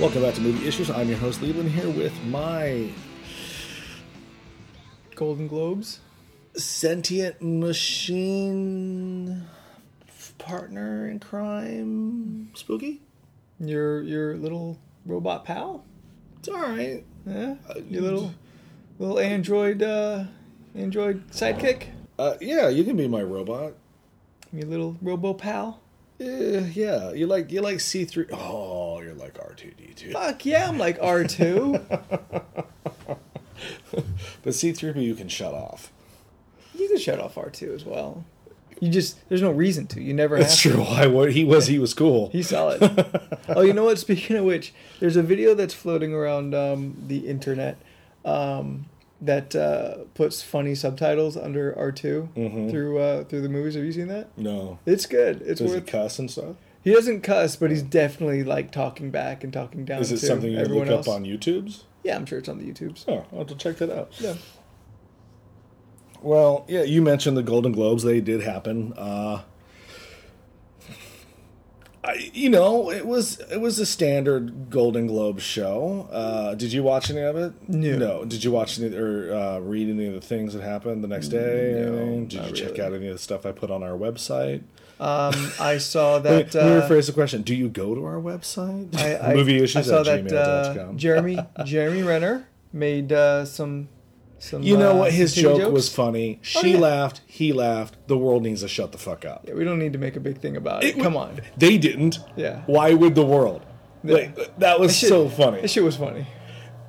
Welcome back to Movie Issues. I'm your host Leland here with my Golden Globes. sentient machine partner in crime, Spooky. Your your little robot pal. It's all right. Yeah. Uh, Your little little android uh, android sidekick. Uh, yeah, you can be my robot. Your little robo pal. Yeah, yeah. You like you like C three. Oh, you're like R two D two. Fuck yeah, I'm like R two. But C three P you can shut off. you can shut off R two as well. You just there's no reason to. You never have That's true. I what he was he was cool. He's solid. oh, you know what? Speaking of which, there's a video that's floating around um, the internet um, that uh, puts funny subtitles under R 2 Mm-hmm. through uh, through the movies. Have you seen that? No, It's good. It's does he worth. He, cuss and stuff? doesn't cuss, but he's definitely like talking back and talking down. Is it to something you everyone look else. up on YouTube's? Yeah, I'm sure it's on the YouTubes. Oh, I'll have to check that out. Yeah. Well, yeah, you mentioned the Golden Globes; they did happen. Uh, I, you know, it was it was a standard Golden Globe show. Uh, did you watch any of it? No. No. Did you watch any or uh, read any of the things that happened the next day? No, anything? Did not you check really. out any of the stuff I put on our website? Um, I saw Let that. me Uh, rephrase the question: Do you go to our website? I, I, Movie issues I saw at that uh, gmail.com. Jeremy Jeremy Renner made uh, some some. you know uh, what? His titty joke jokes. was funny. She yeah. laughed. He laughed. The world needs to shut the fuck up. Yeah, we don't need to make a big thing about it. It Come wa- on. They didn't. Yeah. Why would the world? Like that was so funny. That shit was funny.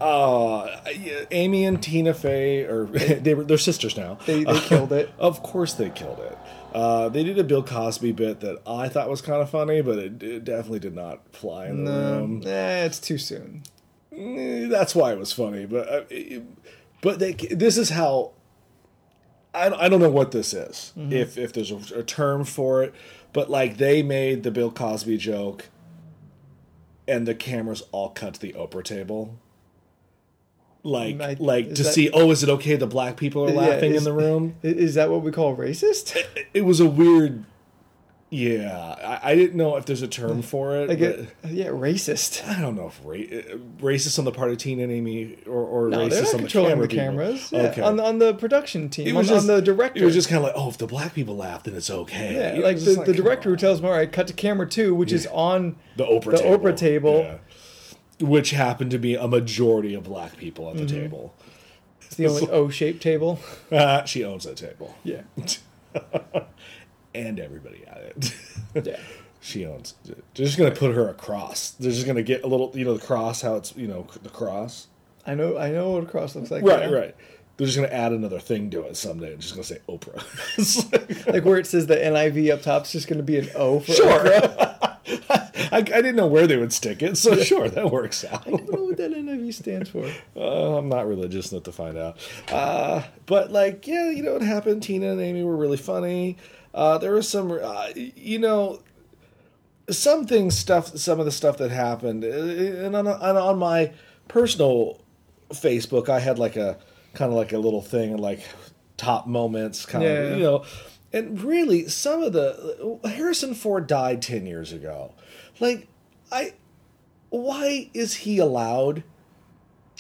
Uh, yeah, Amy and Tina Fey, or they were they're sisters now. Uh, They, they killed it. Of course, they killed it. Uh, they did a Bill Cosby bit that I thought was kind of funny, but it, it definitely did not fly in the room. Eh, it's too soon. Eh, That's why it was funny, but uh, it- but they this is how I, I don't know what this is Mm-hmm. if if there's a, a term for it, but like they made the Bill Cosby joke, and the cameras all cut to the Oprah table. Like Mm, I- like is to that- see oh is it okay the black people are Yeah, laughing in is- the room? I- Is that what we call racist? It, it was a weird. Yeah, I, I didn't know if there's a term for it. Like, but- it, yeah, racist. I don't know if ra- uh, racist on the part of Tina and Amy or, or No, they're racist not on the, controlling camera the people. cameras. Yeah, Okay. on, the, on the production team, it on, was on the director. It was just kind of like, oh, if the black people laugh, then it's okay. yeah, It was like just the, the come director on. who tells him, all right, cut to camera two, which is on the Oprah the table. Oprah table. Yeah. Which happened to be a majority of black people at the Mm-hmm. table. it's the only O shaped table. Uh, she owns that table. Yeah. And everybody at it. Yeah. she owns it. They're just going to put her across. They're just going to get a little, you know, the cross, how it's, you know, the cross. I know I know what a cross looks like. Right, yeah. right. They're just gonna add another thing to it someday. It's just gonna say Oprah. It's like, Like where it says the NIV up top is just going to be an O for sure. I, I didn't know where they would stick it, so sure, that works out. I don't know what that NIV stands for. Uh, I'm not religious enough to find out. Uh, but like, yeah, you know what happened? Tina and Amy were really funny. Uh, there was some, uh, you know, some things, stuff, some of the stuff that happened, uh, and on, on, on my personal Facebook, I had like a kind of like a little thing, like top moments, kind Yeah. of, you know, and really some of the Harrison Ford died ten years ago, like I, why is he allowed?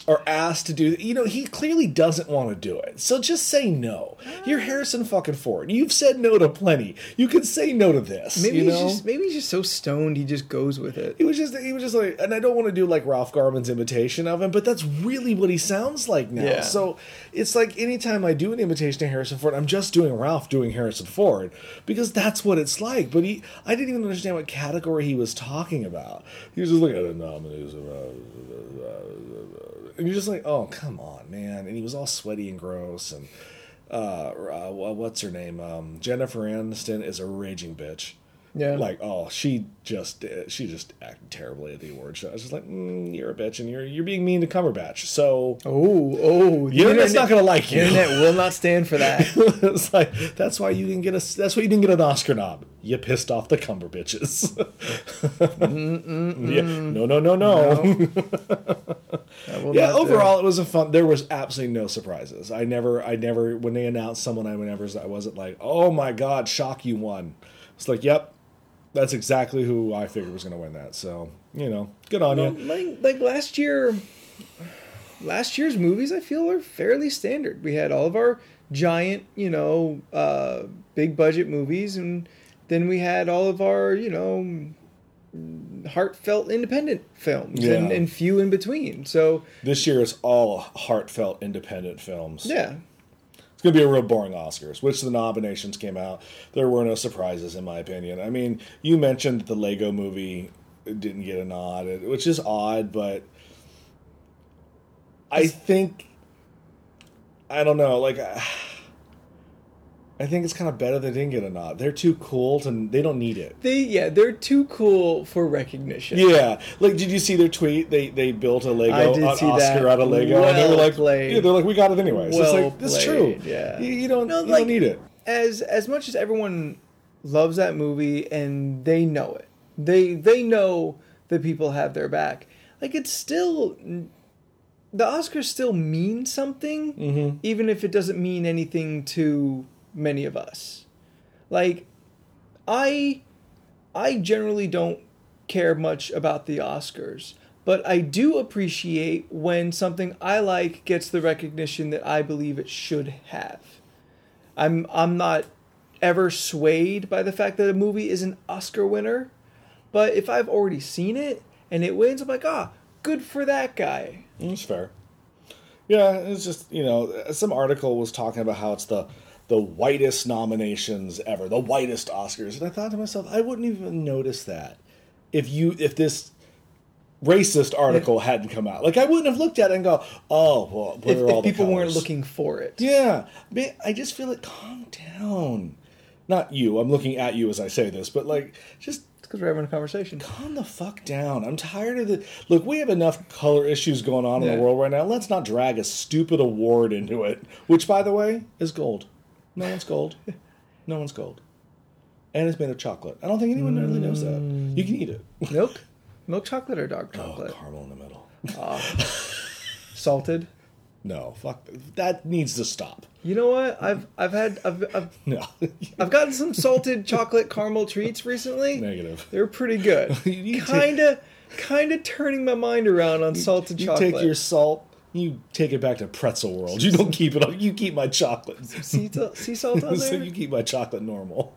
or asked to do you know he clearly doesn't want to do it so just say no Ah. you're harrison fucking ford you've said no to plenty you can say no to this Maybe you know? he's just maybe he's just so stoned he just goes with it. he was just he was just like and i don't want to do like ralph garman's imitation of him but that's really what he sounds like now Yeah. so it's like anytime i do an imitation of harrison ford i'm just doing ralph doing harrison ford because that's what it's like but he i didn't even understand what category he was talking about he was just looking at the nominees and you're just like oh come on man and he was all sweaty and gross and uh, uh what's her name um jennifer aniston is a raging bitch Yeah. like oh she just uh, she just acted terribly at the award show. I was just like, mm, you're a bitch, and you're you're being mean to Cumberbatch. So Oh, oh, the the internet's not gonna like the you. internet will not stand for that. it's like that's why you didn't get a that's why you didn't get an Oscar knob. You pissed off the Cumberbitches. yeah. No, no, no, no. That will yeah. not do. Overall, it was a fun. There was absolutely no surprises. I never, I never when they announced someone, I never, I wasn't like, oh my god, shock you won. It's like, yep, that's exactly who I figured was gonna win that. So you know, good on you. like, like last year last year's movies i feel are fairly standard we had all of our giant you know uh, big budget movies and then we had all of our you know heartfelt independent films and, Yeah. and few in between so This year is all heartfelt independent films. yeah It's going to be a real boring Oscars, which the nominations came out. There were no surprises, in my opinion. I mean, you mentioned that the Lego movie didn't get a nod, which is odd, but I think, I don't know, like, I think it's kind of better they didn't get a nod. They're too cool to, they don't need it. they yeah they're too cool for recognition Yeah, like did you see their tweet? They they built a Lego, I did an see Oscar that. out of Lego, and they Well were like, played. yeah, they're like, we got it anyways. Well it's like that's played, true. yeah. you, you don't, No, you like- don't need it. as as much as everyone loves that movie and they know it they they know that people have their back like it's still the oscars still mean something even if it doesn't mean anything to many of us like i i generally don't care much about the oscars but i do appreciate when something i like gets the recognition that i believe it should have I'm I'm not ever swayed by the fact that a movie is an Oscar winner, but if I've already seen it and it wins, I'm like, ah, good for that guy. It's fair. Yeah, it's just you know, some article was talking about how it's the the whitest nominations ever, the whitest Oscars, and I thought to myself, I wouldn't even notice that if you if this racist article hadn't come out. Like I wouldn't have looked at it and go, oh well, what If, are all if the people weren't colors? looking for it, Yeah, man, I just feel like calm down. Not you. I'm looking at you as I say this, but like, just because we're having a conversation. calm the fuck down. I'm tired of the look. We have enough color issues going on in Yeah. the world right now. Let's not drag a stupid award into it. Which, by the way, is gold. No one's gold. No one's gold. And it's made of chocolate. I don't think anyone really knows that. You can eat it. Milk, milk chocolate or dark Oh, chocolate? caramel in the middle. Salted. No, fuck. That needs to stop. You know what? I've I've had I've I've, No, I've gotten some salted chocolate caramel treats recently. negative. They're pretty good. You take- Kinda, kinda turning my mind around on salted you chocolate. take your salt, you take it back to pretzel world. You don't keep it up. You keep my chocolate. sea, salt- sea salt on there. so you keep my chocolate normal.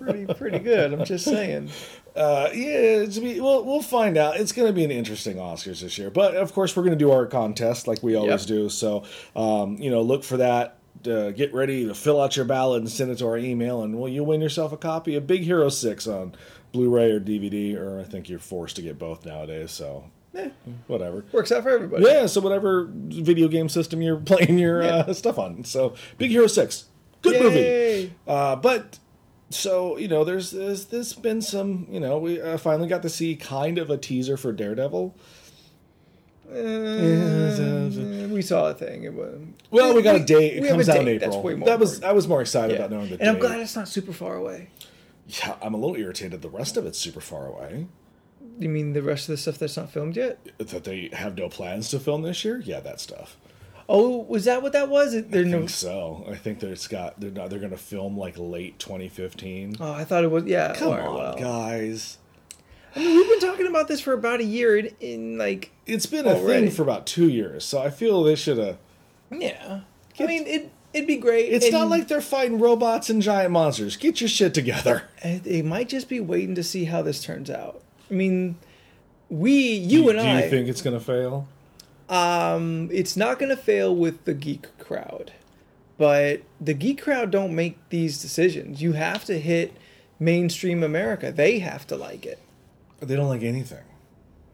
pretty pretty good. I'm just saying. Uh, yeah, it's be, we'll we'll find out. It's going to be an interesting Oscars this year, but of course we're going to do our contest like we always Yep. do. So, um, you know, look for that. Uh, get ready to fill out your ballot and send it to our email, and well, you'll win yourself a copy of Big Hero Six on Blu-ray or DVD, or I think you're forced to get both nowadays. So, Eh, whatever. works out for everybody. Yeah, so whatever video game system you're playing your uh, stuff on. So Big Hero Six, good Yay. movie. Uh, but so you know, there's there's, there's been some you know we uh, finally got to see kind of a teaser for Daredevil. Uh, Eh, we saw a thing. It was, Well, we, got a date. It we have comes a out in date. April. That's way more that was important. I was more excited Yeah. about knowing the and date. I'm glad it's not super far away. Yeah, I'm a little irritated. The rest of it's super far away. You mean the rest of the stuff that's not filmed yet? That they have no plans to film this year. Yeah, that stuff. Oh, was that what that was? It- There I no. think so. I think that it's got they're not, they're going to film like late 2015. Oh, I thought it was. Yeah. Come all right, on, well. guys. I mean, we've been talking about this for about a year. In, in like, it's been Already. a thing for about two years, so I feel they should have. yeah. I mean, it it'd be great. It's not and- like they're fighting robots and giant monsters. Get your shit together. Uh, they might just be waiting to see how this turns out. I mean, we, you and Do I. you think it's gonna fail? Um, it's not gonna fail with the geek crowd, but the geek crowd don't make these decisions. You have to hit mainstream America. They have to like it. They don't like anything.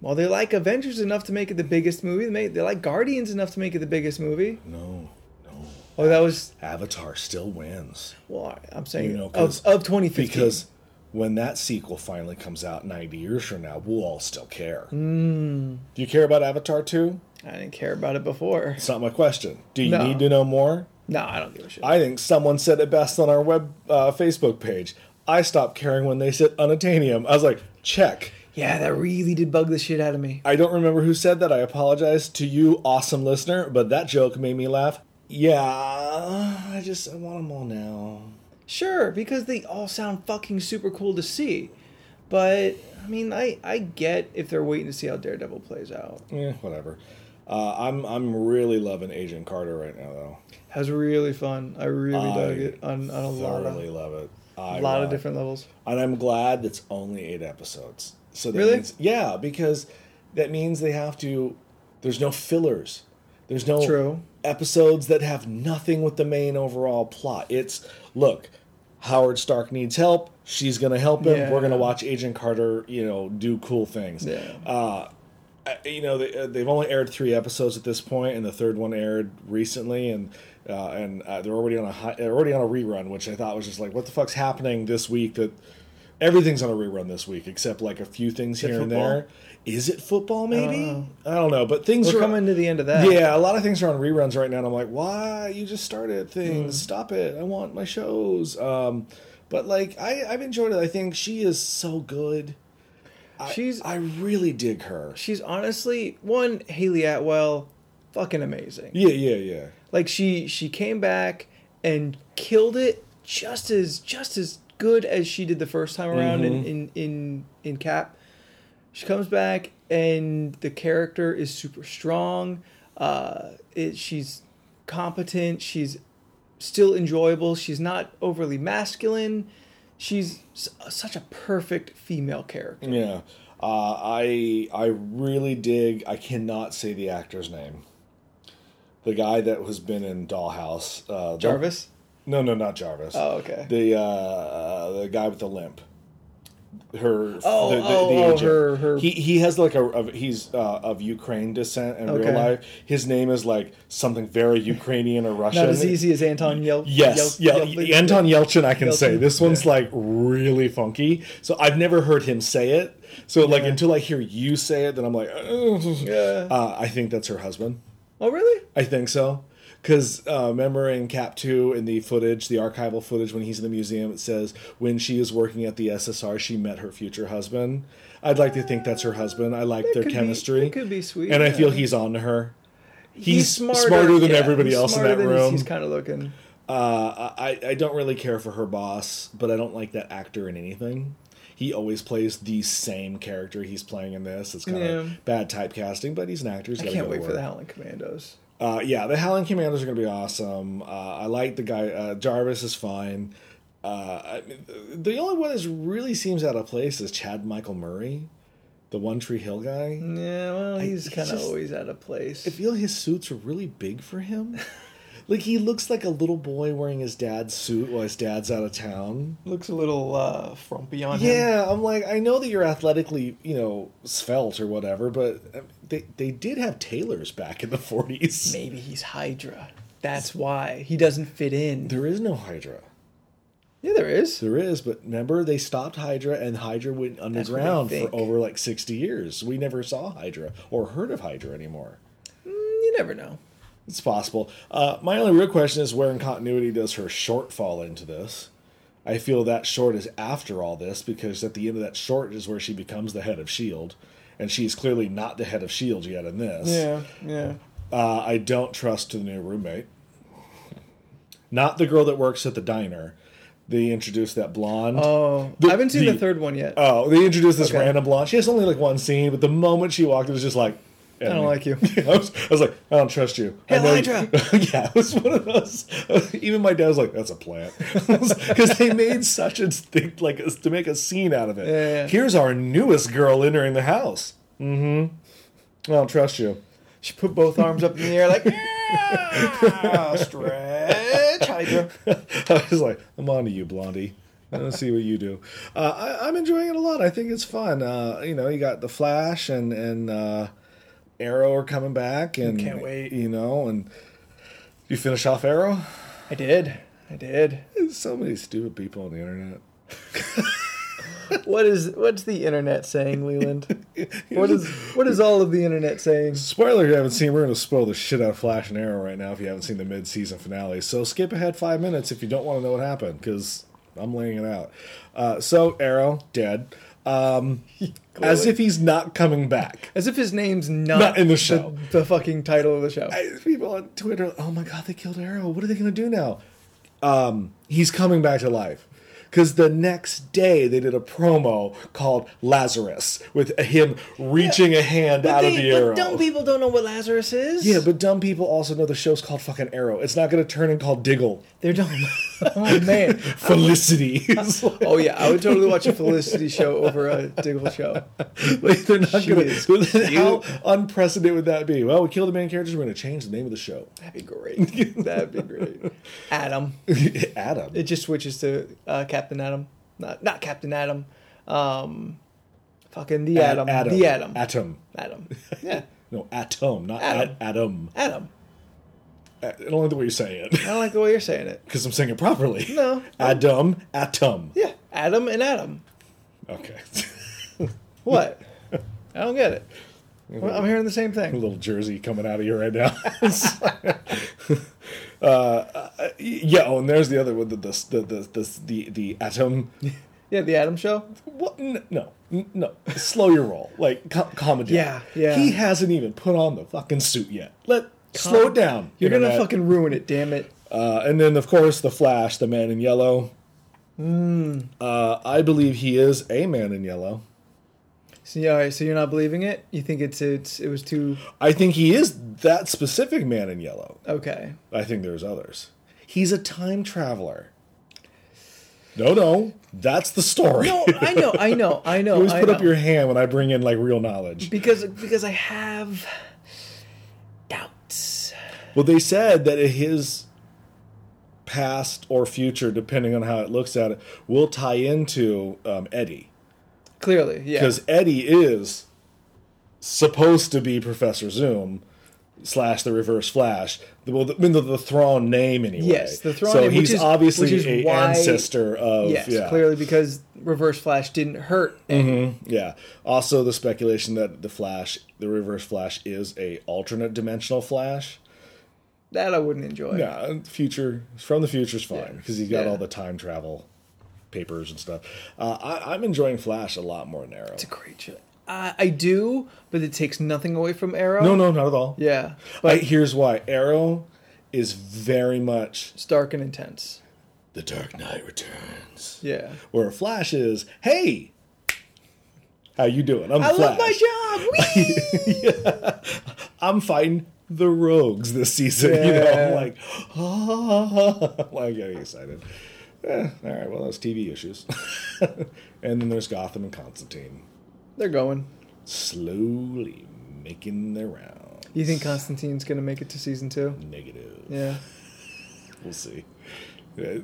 Well, they like Avengers enough to make it the biggest movie. They, make, they like Guardians enough to make it the biggest movie. No, no. Oh, that was Avatar still wins well. I'm saying You know, of 'cause- of 2015. because when that sequel finally comes out 90 years from now, we'll all still care. Hmm. Do you care about Avatar 2? I didn't care about it before. It's not my question. Do you No. need to know more? No, I don't give a shit. I think someone said it best on our web uh, Facebook page. I stopped caring when they said unatanium. I was like, check. yeah, that really did bug the shit out of me. I don't remember who said that. I apologize to you, awesome listener, but that joke made me laugh. Yeah, I just I want them all now. Sure, because they all sound fucking super cool to see. But I mean, I I get if they're waiting to see how Daredevil plays out. Eh, whatever. Uh, I'm I'm really loving Agent Carter right now though. That was really fun. I really dug I it on, on a lot of Thoroughly love it. a I uh, lot of love- different levels. and I'm glad that's only eight episodes. So that Really? means, yeah, because that means they have to. There's no fillers. There's no True. episodes that have nothing with the main overall plot. It's look, Howard Stark needs help. She's gonna help him. We're gonna Yeah. watch Agent Carter, you know, do cool things. Yeah. Uh, I- you know, they, uh, they've only aired three episodes at this point, and the third one aired recently, and uh, and uh, they're already on a hi- they're already on a rerun, which I thought was just like, what the fuck's happening this week? That everything's on a rerun this week, except like a few things here and football? there. Is it football? Maybe know. I don't know, but things We're are coming to the end of that. yeah, a lot of things are on reruns right now, and I'm like, why you just started Hmm. things? Stop it! I want my shows. Um, but like, I I've enjoyed it. I think she is so good. I, She's- I really dig her. She's honestly one Haley Atwell, fucking amazing. Yeah, yeah, yeah. Like she she came back and killed it just as just as good as she did the first time around Mm-hmm. in, in in in Cap. She comes back and the character is super strong. Uh, it, she's competent. She's still enjoyable. She's not overly masculine. She's s- such a perfect female character. Yeah. Uh, I I really dig. I cannot say the actor's name. The guy that has been in Dollhouse. Uh, the- Jarvis. no, no, not Jarvis. Oh, okay. The uh, the guy with the limp. Her. Oh, the, the, oh, the oh, agent. her- her- He he has like a of, he's uh, of Ukraine descent in Okay. real life. His name is like something very Ukrainian or Russian. Not as easy as Anton Yelp. Yes, Yelp- yeah, Yelp- Anton Yelchin. I can say Yelchin, this one's like really funky. So I've never heard him say it. So like Yeah. until I hear you say it, then I'm like, "Ugh." Yeah. uh, I think that's her husband. Oh, really? I think so. Because uh, remember in Cap 2, in the footage, the archival footage when he's in the museum, it says, when she is working at the SSR, she met her future husband. I'd like to think that's her husband. I like their could be- chemistry. that could be sweet, And I yeah. feel he's on to her. He's, smarter, than yeah, everybody he's else in smarter that than he's- room. He's kind of looking. Uh, I, I don't really care for her boss, but I don't like that actor in anything. He always plays the same character he's playing in this. It's kind of Yeah. bad typecasting, but he's an actor. He's I gotta can't go to wait for work. the Howling Commandos. Uh, yeah, the Howling Commandos are going to be awesome. Uh, I like the guy. Uh, Jarvis is fine. Uh, I mean, the only one that really seems out of place is Chad Michael Murray, the One Tree Hill guy. Yeah, well, he's he's kind of just- always out of place. I feel his suits are really big for him. like he looks like a little boy wearing his dad's suit while his dad's out of town. Looks a little uh, frumpy on him. Yeah, I'm like, I know that you're athletically, you know, svelte or whatever, but uh, they they did have tailors back in the 40s. Maybe he's Hydra. That's why he doesn't fit in. There is no Hydra. Yeah, there is. There is, but remember they stopped Hydra and Hydra went what I underground for think. over like 60 years. We never saw Hydra or heard of Hydra anymore. You never know. It's possible. Uh, my only real question is where in continuity does her short fall into this? I feel that short is after all this because at the end of that short is where she becomes the head of S.H.I.E.L.D. E And she's clearly not the head of S.H.I.E.L.D. E yet in this. yeah. Uh, I don't trust the new roommate. Not the girl that works at the diner. They introduced that blonde. Oh, The- I haven't seen the, the- third one yet. Oh, they introduced this Okay. random blonde. She has only like one scene, but the moment she walked, it was just like, I don't like you. I was, I was like, I don't trust you. I Hail know- Hydra! yeah, it was one of those. Even my dad was like, "That's a plant," because they made such a thing, like to make a scene out of it. Yeah. Here's our newest girl entering the house. Mm-hmm. I don't trust you. She put both arms up in the air like, "Ah, stretch Hydra. I was like, I'm on to you, Blondie. Let's see what you do. Uh, I, I'm enjoying it a lot. I think it's fun. Uh, you know, you got the Flash and and uh, Arrow are coming back, and Can't wait. You know, and you finish off Arrow. I did. I did. There's so many stupid people on the internet. What is what's the internet saying, Leland? What is what is all of the internet saying? Spoiler: if You haven't seen. We're going to spoil the shit out of Flash and Arrow right now. If you haven't seen the mid-season finale, so skip ahead five minutes if you don't want to know what happened, because I'm laying it out. Uh, so Arrow dead, um, as Clearly. if he's not coming back. As if his name's not, Not in the show. The, fucking title of the show. I- people on Twitter, oh my god, they killed Arrow. What are they going to do now? Um, he's coming back to life. because the next day they did a promo called Lazarus with him reaching a hand out of the arrow. dumb people don't know what Lazarus is. yeah, but dumb people also know the show's called fucking Arrow. It's not going to turn and call Diggle they're dumb. oh man. Felicity. It's like- Oh yeah, I would totally watch a Felicity show over a Diggle show. Like they're not She is going to. How unprecedented would that be? Well, we kill the main characters. We're going to change the name of the show. That'd be great. That'd be great. Adam. Adam. It just switches to uh, Captain Adam. Not not Captain Adam. Um, fucking the Adam. The Adam. Atom. Adam. Yeah. No, atom, not Atom. Adam. Adam. Adam. I don't like the way you say it I don't like the way you're saying it. because I'm saying it properly. No. Adam. Atom. Yeah. Adam and Adam. Okay. What? I don't get it. Well, I'm hearing the same A thing. little Jersey coming out of you right now. uh, uh, yeah. Oh, and there's the other one. The the the the the, the, the atom. Yeah, the Adam show. What? N- No, N- no. Slow your roll. Like com- calm it down. Yeah, yeah. He hasn't even put on the fucking suit yet. Let slow it down. You're gonna internet. fucking ruin it, damn it. Uh, and then, of course, the Flash, the man in yellow. Hmm. Uh, I believe he is a man in yellow. So yeah, all right. So you're not believing it? You think it's it's it was too I think he is that specific man in yellow. okay? I think there's others. He's a time traveler. No, no, that's the story. No, I know, I know, I know. You always I put up know. your hand when I bring in like real knowledge. because because I have doubts. Well, they said that his past or future, depending on how it looks at it, will tie into um, Eddie. Clearly, yeah. because Eddie is supposed to be Professor Zoom slash the Reverse Flash. The, well, the, I mean, the, the Thrawn name anyway. Yes, the Thrawn So name, which he's is- obviously which is a why- ancestor of yes, yeah, Mm-hmm. clearly because Reverse Flash didn't hurt. yeah. Also, the speculation that the Flash, the Reverse Flash, is a alternate dimensional Flash. That I wouldn't enjoy. Yeah, future from the future's fine because he's got Yeah. all the time travel papers and stuff. Uh, I, I'm enjoying Flash a lot more than Arrow. It's a great show. I, I do, but it takes nothing away from Arrow. No, no, not at all. Yeah, But but here's why Arrow is very much it's dark and intense. The Dark Knight Returns. Yeah. Where Flash is, hey, how you doing? I'm I Flash. love my job. Whee! I'm fighting the Rogues this season. You know, I'm Yeah. like, ah, like getting excited. Eh, all right, well, that's TV issues. and then there's Gotham and Constantine, They're going. slowly making their round. You think Constantine's gonna make it to season two? Negative. Yeah. We'll see. Uh, Yeah,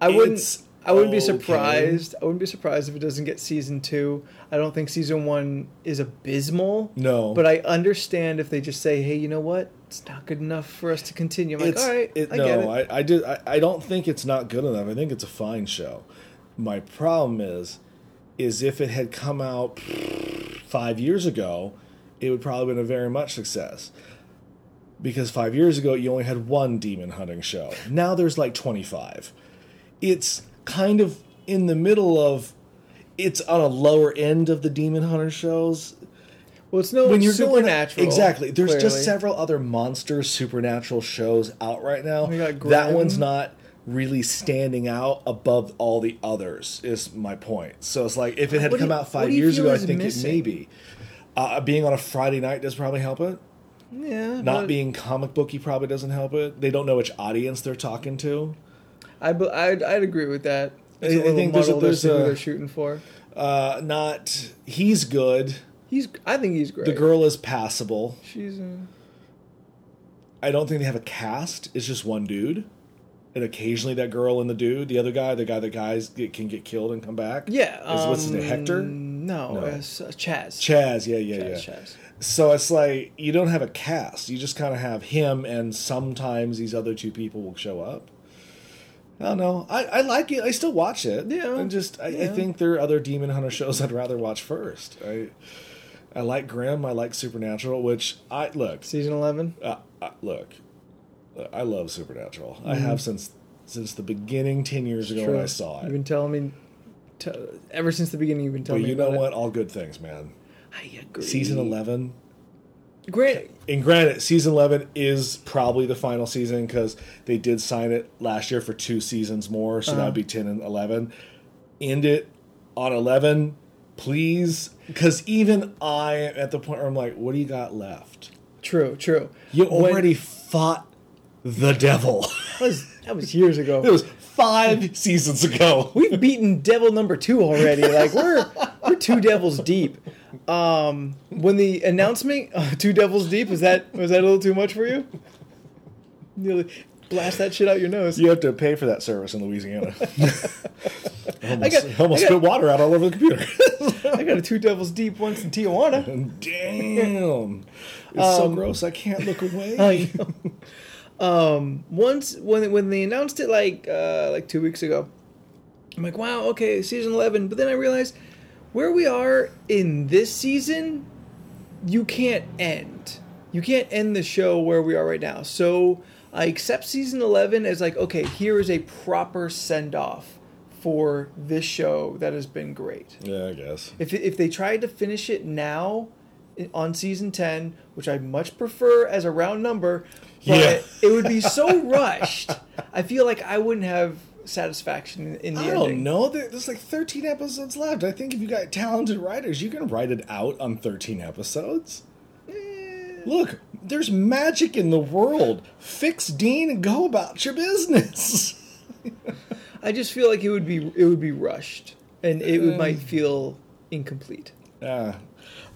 I wouldn't. It's I wouldn't be okay. surprised. I wouldn't be surprised if it doesn't get season two. I don't think season one is abysmal. No. But I understand if they just say, "Hey, you know what? It's not good enough for us to continue." I'm like, It's- "All right, it- I no, get it." I, I did. I, I don't think it's not good enough. I think it's a fine show. My problem is, is if it had come out five years ago, it would probably been a very much success. Because five years ago, you only had one demon hunting show. Now there's like twenty five. It's kind of in the middle of. It's on a lower end of the demon hunter shows well, it's no when you're going supernatural. exactly there's just clearly. several other monster supernatural shows out right now We got that Grimm. one's not really standing out above all the others is my point so it's like if it had What do come you- out what five do you years feel ago i is think it may missing? be uh, being on a friday night does probably help it Yeah, not but being comic booky probably doesn't help it they don't know which audience they're talking to I, bu- I'd, I'd agree with that. It's I- a I little think there's a- muddled as to there's who a- they're shooting for. uh, not he's good He's. I think he's great. the girl is passable She's. Uh, I don't think they have a cast. It's just one dude, and occasionally that girl and the dude, the other guy, the guy that guys get, can get killed and come back. yeah. Is- what's his name? um, Hector, No, No. It's, uh, Chaz. Chaz. Yeah, yeah, Chaz, yeah. Chaz. So it's like you don't have a cast. You just kind of have him, and sometimes these other two people will show up. I don't know. I, I like it. I still watch it. Yeah. And just I, I Yeah. think there are other Demon Hunter shows I'd rather watch first. I I like Grimm. I like Supernatural, which I look. Season eleven. uh, uh, look, I love Supernatural. I have since since the beginning, ten years ago when I saw You've it. been telling me te- ever since the beginning. You've been But telling me. you know about what? All good things, man. It. I agree. Season eleven. Grant, and granted, season eleven is probably the final season because they did sign it last year for two seasons more, so that would be ten and eleven. End it on eleven, please, because even I am at the point where I'm like, what do you got left? True, true. You When- already fought the devil. that was that was years it ago. was five seasons ago. We've beaten Devil Number Two already. Like we're we're two devils deep. Um, when the announcement, uh, two devils deep, was that was that a little too much for you? Nearly blast that shit out your nose. You have to pay for that service in Louisiana. I almost, got- I almost I got- spit water out all over the computer. I got a two devils deep once in Tijuana. Damn. It's so gross. I can't look away. I know. um, once when when they announced it like uh, like two weeks ago, I'm like, wow, okay, season eleven. But then I realized where we are in this season, you can't end. You can't end the show where we are right now. So I accept season eleven as like, okay, here is a proper send off for this show that has been great. yeah, I guess. If, if they tried to finish it now i- on season 10, which I much prefer as a round number, but Yeah. it would be so rushed. I feel like I wouldn't have satisfaction in, in the I ending. don't know. There- There's like 13 episodes left. I think if you got talented writers, you can write it out on 13 episodes. Eh, Look, there's magic in the world. Fix Dean and go about your business. I just feel like it would be it would be rushed and it would, Mm. might feel incomplete. Yeah,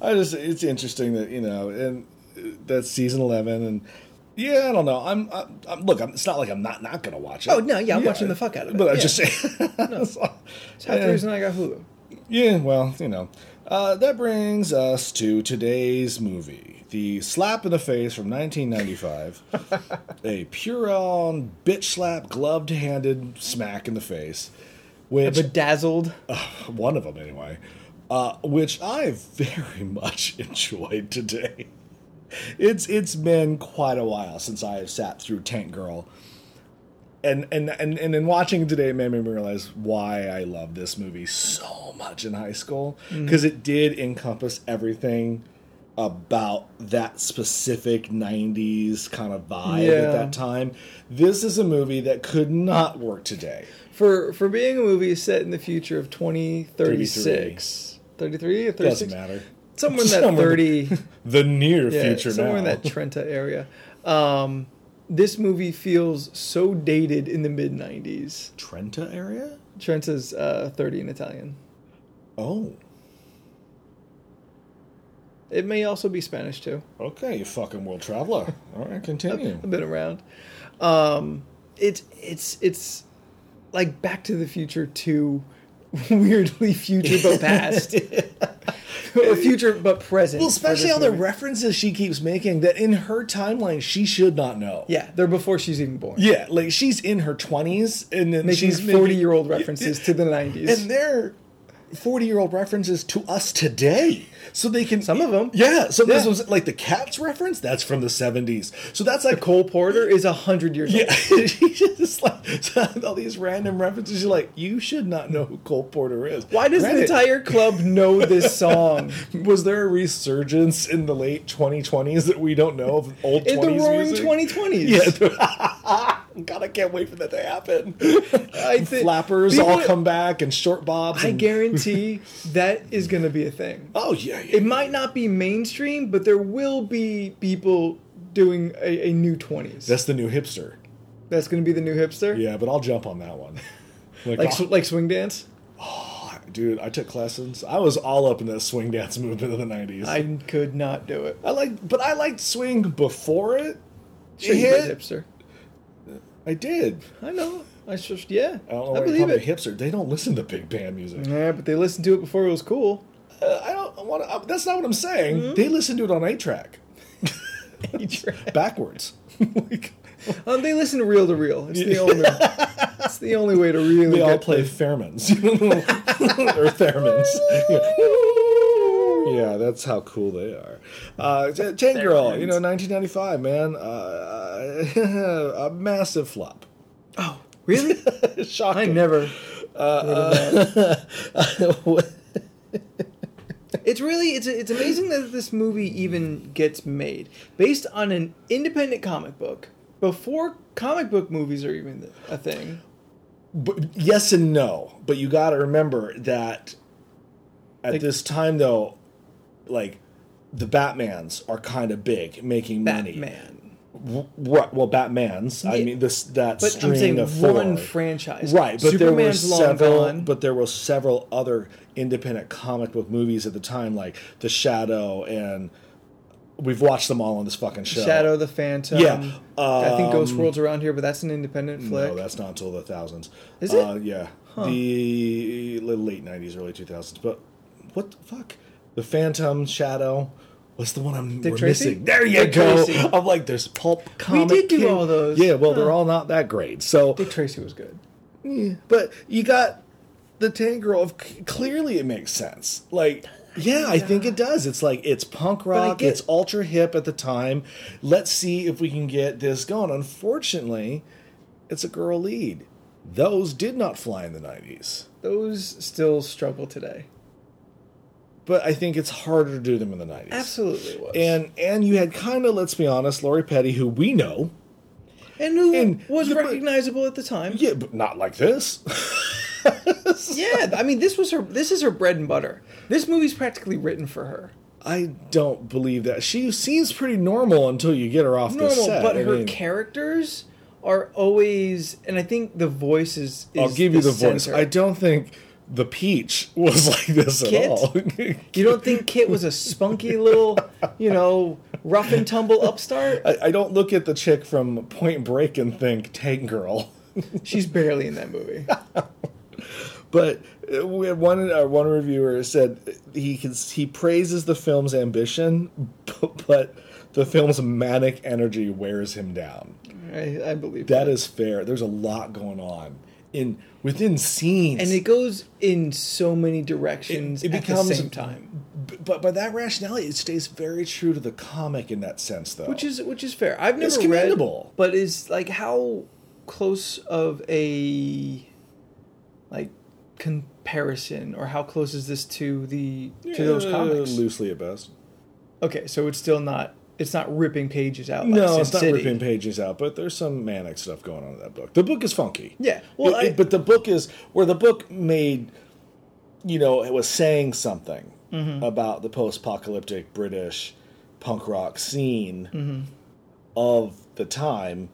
I just it's interesting that you know, and uh, that's season eleven, and yeah, I don't know. I'm, I'm, I'm look, I'm, it's not like I'm not not gonna watch it. Oh, no, yeah, I'm watching the fuck out of it, But I'm yeah. just saying, So, It's half the yeah, reason I got Hulu. yeah, well, you know, uh, that brings us to today's movie. The slap in the face from 1995, a pure on bitch slap, gloved handed smack in the face, which Bedazzled. Uh. one of them anyway, uh, which I very much enjoyed today. It's it's been quite a while since I have sat through Tank Girl, and and and and in watching it today, it made me realize why I loved this movie so much in high school because it did encompass everything about that specific 90s kind of vibe Yeah. at that time this is a movie that could not work today For for being a movie set in the future of 2036. 33 or 36? doesn't matter Somewhere in that Somewhere. 30 the near Yeah, future somewhere now. in that Trenta area. Um, this movie feels so dated in the mid '90s. Trenta area? Trenta's uh, 30 in Italian. Oh, It may also be Spanish too. okay, you fucking world traveler. All right, continue. I've been around. Um, it's it's it's like Back to the Future two, weirdly future but past, or future but present. Well, for especially this all the movie. references she keeps making that in her timeline she should not know. yeah, they're before she's even born. Yeah, like she's in her 20s and then making she's making- forty-year-old references to the '90s. And they're 40 year old references to us today. So they can. Some of 'em. Yeah, so this Yeah. was like the Cats reference, that's from the 70s. So that's like Cole Porter is hundred years old. Yeah, she's just like so all these random references. You're like, you should not know who Cole Porter is. Why does the Granted, entire club know this song? was there a resurgence in the late 2020s that we don't know of old In the 20s roaring music? 2020s. Yeah. God, I can't wait for that to happen. I thi- Flappers people- all come back and short bobs. I and- guarantee that is going to be a thing. Oh yeah, yeah. It might not be mainstream, but there will be people doing a, a new 20s. That's the new hipster. That's going to be the new hipster? Yeah, but I'll jump on that one. Like, Like, oh, sw- like swing dance? dude, I took lessons. I was all up in that swing dance movement of the 90s. I could not do it. I like, but I liked swing before it. Sure, you hit. were a hipster. I did. I know. I just, yeah. I don't know I where believe you're it. Mm. talking hipster. They don't listen to big band music. Yeah, but they listened to it before it was cool. Uh, I don't want to. that's not what I'm saying. Mm-hmm. They listen to it on eight track, backwards. like, um, they listen to reel to reel. It's the only. it's the only way to really. they all get play Theremins or Theremins. Yeah. Yeah, that's how cool they are. Uh, J- Tank Girl, you know, 1995, man, uh, a massive flop. Oh, really? I Uh, Shocking. never. Uh, It's really it's it's amazing that this movie even gets made based on an independent comic book before comic book movies are even a thing. But yes and no. But you got to remember that at Like- this time, though, like the Batmans are kind of big, making money. Batman, W- What? Well, Batmans. I Yeah. mean, this that but I'm string saying of four. one franchise, Right, but Superman's there were long several. gone. But there were several other independent comic book movies at the time, like The Shadow, and we've watched them all on this fucking show. Shadow the Phantom. Yeah, I think Ghost um, World's around here, but that's an independent flick. No, that's not until the thousands. Is Uh, yeah, the late nineties, early two thousands. But what the fuck? The Phantom Shadow. What's the one I'm Dick we're Tracy? missing? There you Dick go. Tracy. I'm like, there's pulp comic. did do King. all those. Yeah, well, they're Huh. all not that great. So Dick Tracy was good. but you got the Tank Girl. Of, clearly, it makes sense. Like, yeah, I think it does. It's like it's punk I rock. get- It's ultra hip at the time. Let's see if we can get this going. Unfortunately, it's a girl lead. Those did not fly in the '90s, Those still struggle today. but I think it's harder to do them in the '90s. Absolutely it was. And and you had kind of let's be honest, Lori Petty, who we know, and who and- was yeah, but- recognizable at the time. yeah, but not like this. Yeah, I mean, this was her. This is her bread and butter. This movie's practically written for her. I don't believe that. She seems pretty normal until you get her off the Normal, set. but I her mean, characters are always, and I think the voice is. is I'll give you the voice. center. I don't think the peach was like this Kit? at all. you don't think Kit was a spunky little, you know, rough and tumble upstart? I, I don't look at the chick from Point Break and think Tank Girl. She's barely in that movie. But uh, we had one uh, one reviewer said he can, he praises the film's ambition, but, but the film's manic energy wears him down. I, I believe That is fair. There's a lot going on in within scenes. and it goes in so many directions It- it at becomes- the same time, B- but by that rationality, it stays very true to the comic in that sense, though. which is which is fair. I've never It's commendable. read, but is like how close of a like comparison or how close is this to the to those Uh, comics? loosely at best. Okay, so it's still not it's not ripping pages out. Like No, Sin it's not City. ripping pages out, but there's some manic stuff going on in that book. The book is funky. Yeah, well, It- it- I- but the book is where the book made, you know, it was saying something Mm-hmm. about the post-apocalyptic British punk rock scene Mm-hmm. of the time.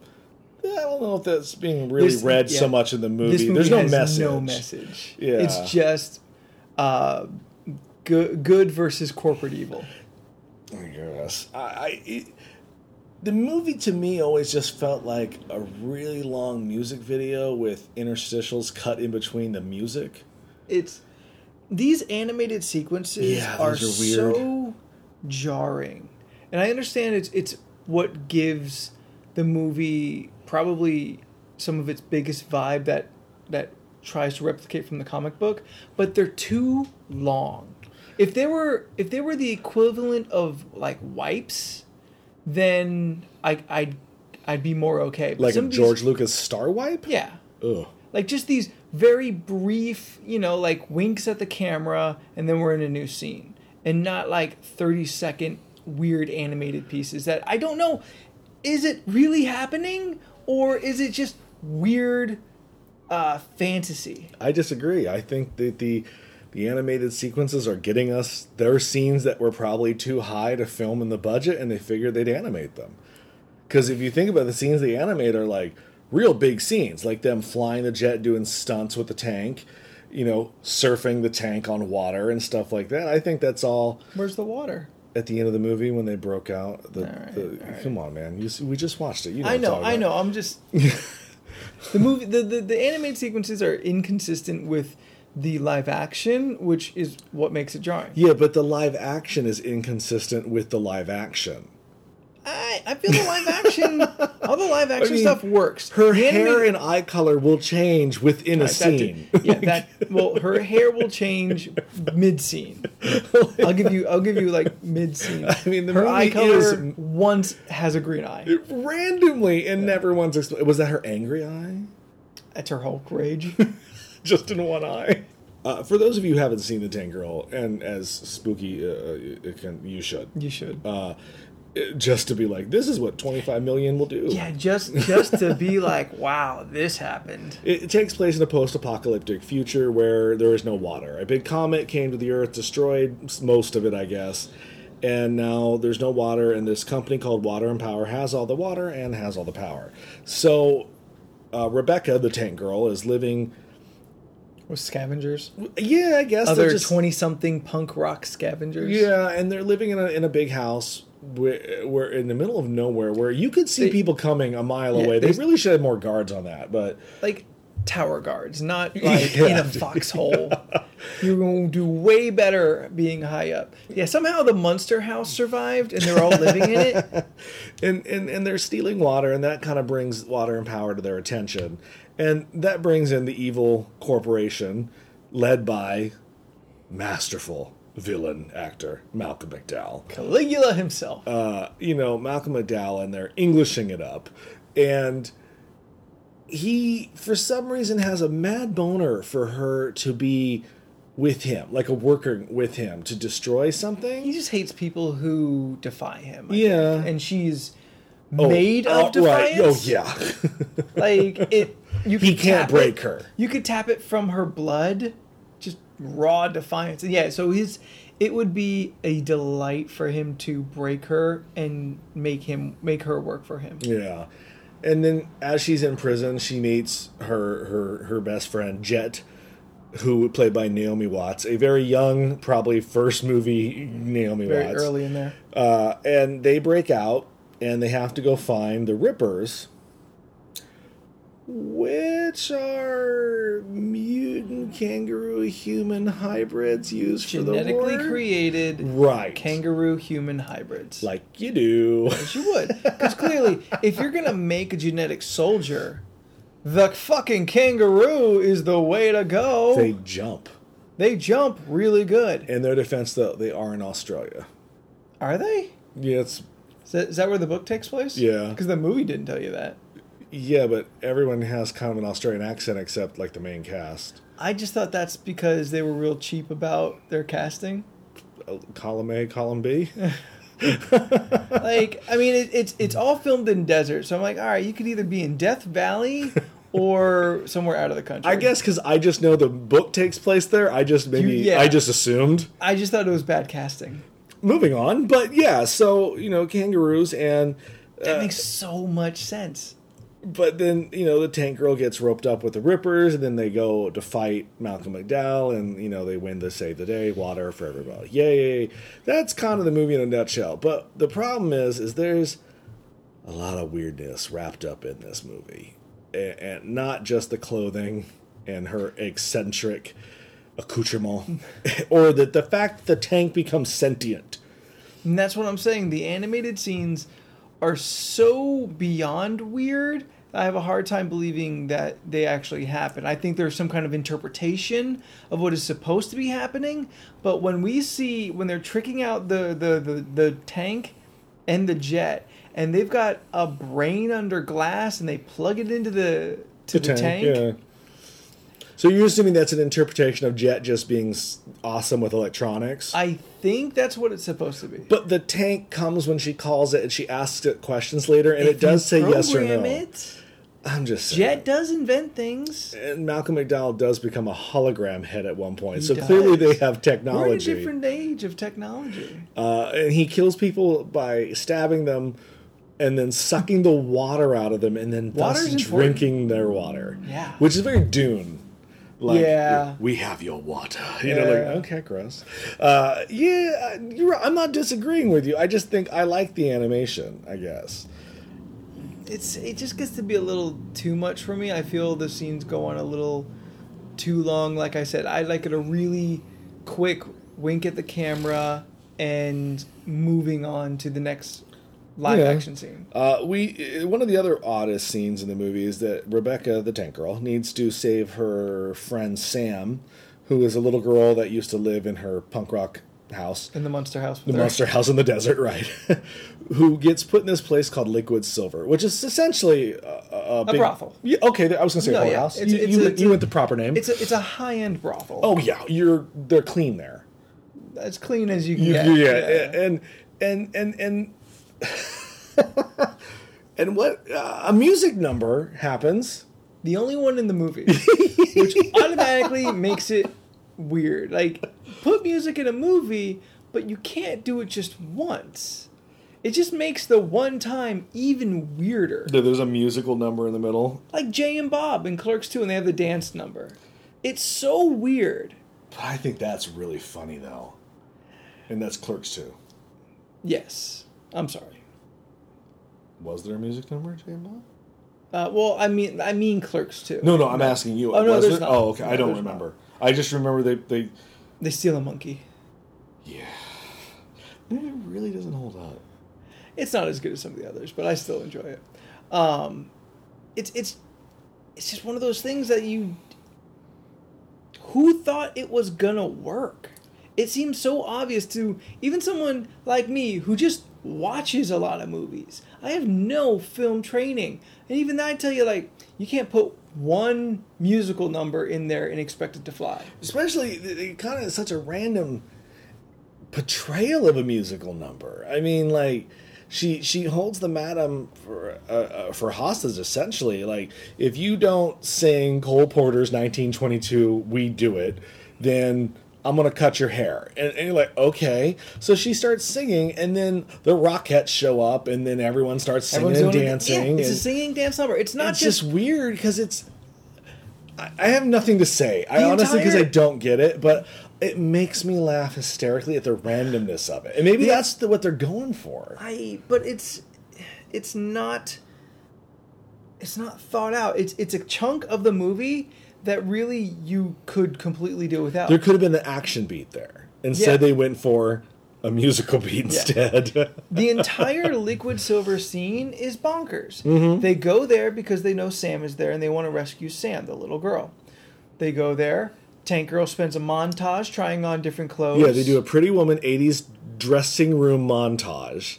I don't know if that's being really This- read so yeah. much in the movie. This movie there's no has message. no message. Yeah. It's just uh, good good versus corporate evil. I guess. I, I it, the movie to me always just felt like a really long music video with interstitials cut in between the music. it's these animated sequences Yeah, are, those are weird. so jarring and i understand it's it's what gives the movie probably some of its biggest vibe that that tries to replicate from the comic book but they're too long if they were if they were the equivalent of like wipes then i i'd i'd be more okay but Like some a of these- George Lucas star wipe? yeah Ugh. like just these very brief you know like winks at the camera and then we're in a new scene and not like 30 second weird animated pieces that i don't know is it really happening or is it just weird uh fantasy I disagree. I think that the the animated sequences are getting us their scenes that were probably too high to film in the budget and they figured they'd animate them. Cuz if you think about the scenes they animate are like real big scenes, like them flying the jet doing stunts with the tank, you know, surfing the tank on water and stuff like that. I think that's all where's the water at the end of the movie when they broke out the, right, the all right. come on man, you see, we just watched it. You know i what I'm know talking i about. know i'm just the movie the, the the animated sequences are inconsistent with the live action which is what makes it jarring Yeah, but the live action is inconsistent with the live action. I, I feel the live action, all the live action mean, stuff works. Her The anime- hair and eye color will change within a Right, that scene. did- yeah, that well, her hair will change mid scene. I'll give you, I'll give you like mid scene. I mean, the her eye movie color is- once has a green eye. Randomly, and never once explained. Was that her angry eye? That's her Hulk rage. Just in one eye? Uh, for those of you who haven't seen the Tank Girl, and as spooky, uh, you, can, you should. You should. Uh, just to be like, this is what 25 million will do. Yeah, just just to be like, wow, this happened. It, it takes place in a post-apocalyptic future where there is no water. A big comet came to the Earth, destroyed most of it, I guess, and now there's no water. And this company called Water and Power has all the water and has all the power. So uh, Rebecca, the tank girl, is living. With scavengers, Yeah, I guess they're other just- twenty-something punk rock scavengers. Yeah, and they're living in a in a big house. Where, where in the middle of nowhere, where you could see They- people coming a mile Yeah, away. They there's- really should have more guards on that, but like tower guards, not like in Yeah. a foxhole. You're going to do way better being high up. Yeah, somehow the Munster house survived, and they're all living in it. and, and and they're stealing water and that kind of brings water and power to their attention and that brings in the evil corporation led by masterful villain actor malcolm mcdowell Caligula himself. uh, you know malcolm mcdowell and they're englishing it up and he for some reason has a mad boner for her to be with him like a worker with him to destroy something he just hates people who defy him. I Yeah. think. and she's made Oh, of defiance. oh yeah like it. You He could can't tap break it- her. You could tap it from her blood, just raw defiance. Yeah, so his it would be a delight for him to break her and make him make her work for him. Yeah. And then as she's in prison, she meets her her her best friend Jet, who played by Naomi Watts, a very young, probably first movie Naomi Very Watts. early in there. Uh, and they break out and they have to go find the Rippers, which are mutant kangaroo human hybrids used for the Genetically war. created Right. kangaroo human hybrids. like you do. Yes, you would. Because clearly, if you're going to make a genetic soldier, the fucking kangaroo is the way to go. they They, jump. jump really good. In their defense, though, they are in Australia. Are they? Yeah, it's Is that, is that where the book takes place? Yeah. Because the movie didn't tell you that. Yeah, but everyone has kind of an Australian accent except like the main cast. I just thought that's because they were real cheap about their casting. Uh, Column A, column B. Like, I mean, it, it's it's all filmed in desert, so I'm like, all right, you could either be in Death Valley or somewhere out of the country. I guess because I just know the book takes place there. I just maybe You- yeah. I just assumed. I just thought it was bad casting. Moving on, but yeah, so you know kangaroos and. Uh, That makes so much sense. But then you know the tank girl gets roped up with the Rippers, and then they go to fight Malcolm McDowell, and you know they win the save the day, water for everybody, yay! That's kind of the movie in a nutshell. But the problem is, is there's a lot of weirdness wrapped up in this movie, and, and not just the clothing and her eccentric accoutrement, or that the fact that the tank becomes sentient. And that's what I'm saying. The animated scenes are so beyond weird. I have a hard time believing that they actually happen. I think there's some kind of interpretation of what is supposed to be happening, but when we see when they're tricking out the the the, the tank and the jet, and they've got a brain under glass and they plug it into the to the, tank. yeah. So you're assuming that's an interpretation of Jet just being s- awesome with electronics? I think that's what it's supposed to be. but the tank comes when she calls it and she asks it questions later and it does say yes or no. Program it. I'm just saying. Jet does invent things. and Malcolm McDowell does become a hologram head at one point. so does. clearly they have We're in a technology. different age of technology. uh, and he kills people by stabbing them and then sucking the water out of them and then thus Water's important. drinking their water. Yeah. Which is very Dune. Like, Yeah. we have your water. You know, Yeah. like, okay, gross. Uh, yeah, you're, right. I'm not disagreeing with you. I just think I like the animation, I guess. It's it just gets to be a little too much for me. I feel the scenes go on a little too long. Like I said, I like it a really quick wink at the camera and moving on to the next live Yeah. action scene. Uh, we uh, one of the other oddest scenes in the movie is that Rebecca, the tank girl, needs to save her friend Sam, who is a little girl that used to live in her punk rock house, in the monster house. the monster house in the desert, right? Who gets put in this place called Liquid Silver, which is essentially a, a, big- brothel. Yeah, okay, I was going to say No, yeah, whorehouse. it's- you, it's you a- went- it's you a- went the proper name. It's a it's a high end brothel. oh yeah, you're they're clean there. as clean as you can You- get. you- yeah, and and and and and what uh, a music number happens. The only one in the movie, which automatically makes it weird. Like, put music in a movie, but you can't do it just once. It just makes the one time even weirder. There's a musical number in the middle. Like Jay and Bob in Clerks 2, and they have the dance number. It's so weird. But I think that's really funny though, and that's Clerks too. Yes. I'm sorry. Was there a music number, Jamon? Uh, well, I mean, I mean Clerks 2. No, no, I'm asking you. Oh, no, was there's there? not. Oh, okay. No, I don't there's not. remember. I just remember they they. They steal a monkey. Yeah. The movie really doesn't hold up. it's not as good as some of the others, but I still enjoy it. Um, it's it's it's just one of those things that you who thought it was gonna work. It seems so obvious to even someone like me who just watches a lot of movies. I have no film training, and even I tell you like you can't put one musical number in there and expect it to fly. Especially, it- it kind of such a random portrayal of a musical number. I mean, like. She, she holds the madam for uh, uh, for hostage essentially. Like if you don't sing Cole Porter's 1922, we do it, then I'm gonna cut your hair. And, and you're like, okay. So she starts singing, and then the Rockettes show up, and then everyone starts singing Everyone's and doing it. dancing. Yeah, it's a and- singing dance number. It's not it's just just weird because it's I, I have nothing to say i The honestly because i entire- don't get it but it makes me laugh hysterically at the randomness of it and maybe Yeah. that's the, what they're going for I but it's it's not it's not thought out. It's it's a chunk of the movie that really you could completely do without. there could have been an action beat there instead Yeah. they went for a musical beat instead the entire liquid silver scene is bonkers. Mm-hmm. They go there because they know Sam is there and they want to rescue Sam, the little girl. They go there. Tank Girl spends a montage trying on different clothes. yeah they do a pretty woman 80s dressing room montage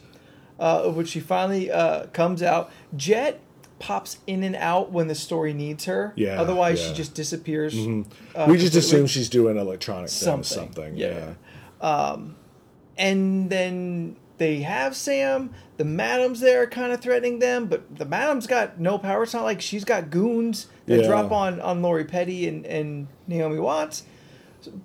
uh, of which she finally uh, comes out. Jet pops in and out when the story needs her. Yeah, Otherwise, yeah. Mm-hmm. she just disappears. we just completely. assume she's doing electronic something, Uh, Something, something. yeah. Yeah. and then they have Sam. The madam's there, kind of threatening them, but the madam's got no power. It's not like she's got goons that Yeah. drop on on Lori Petty and and Naomi Watts.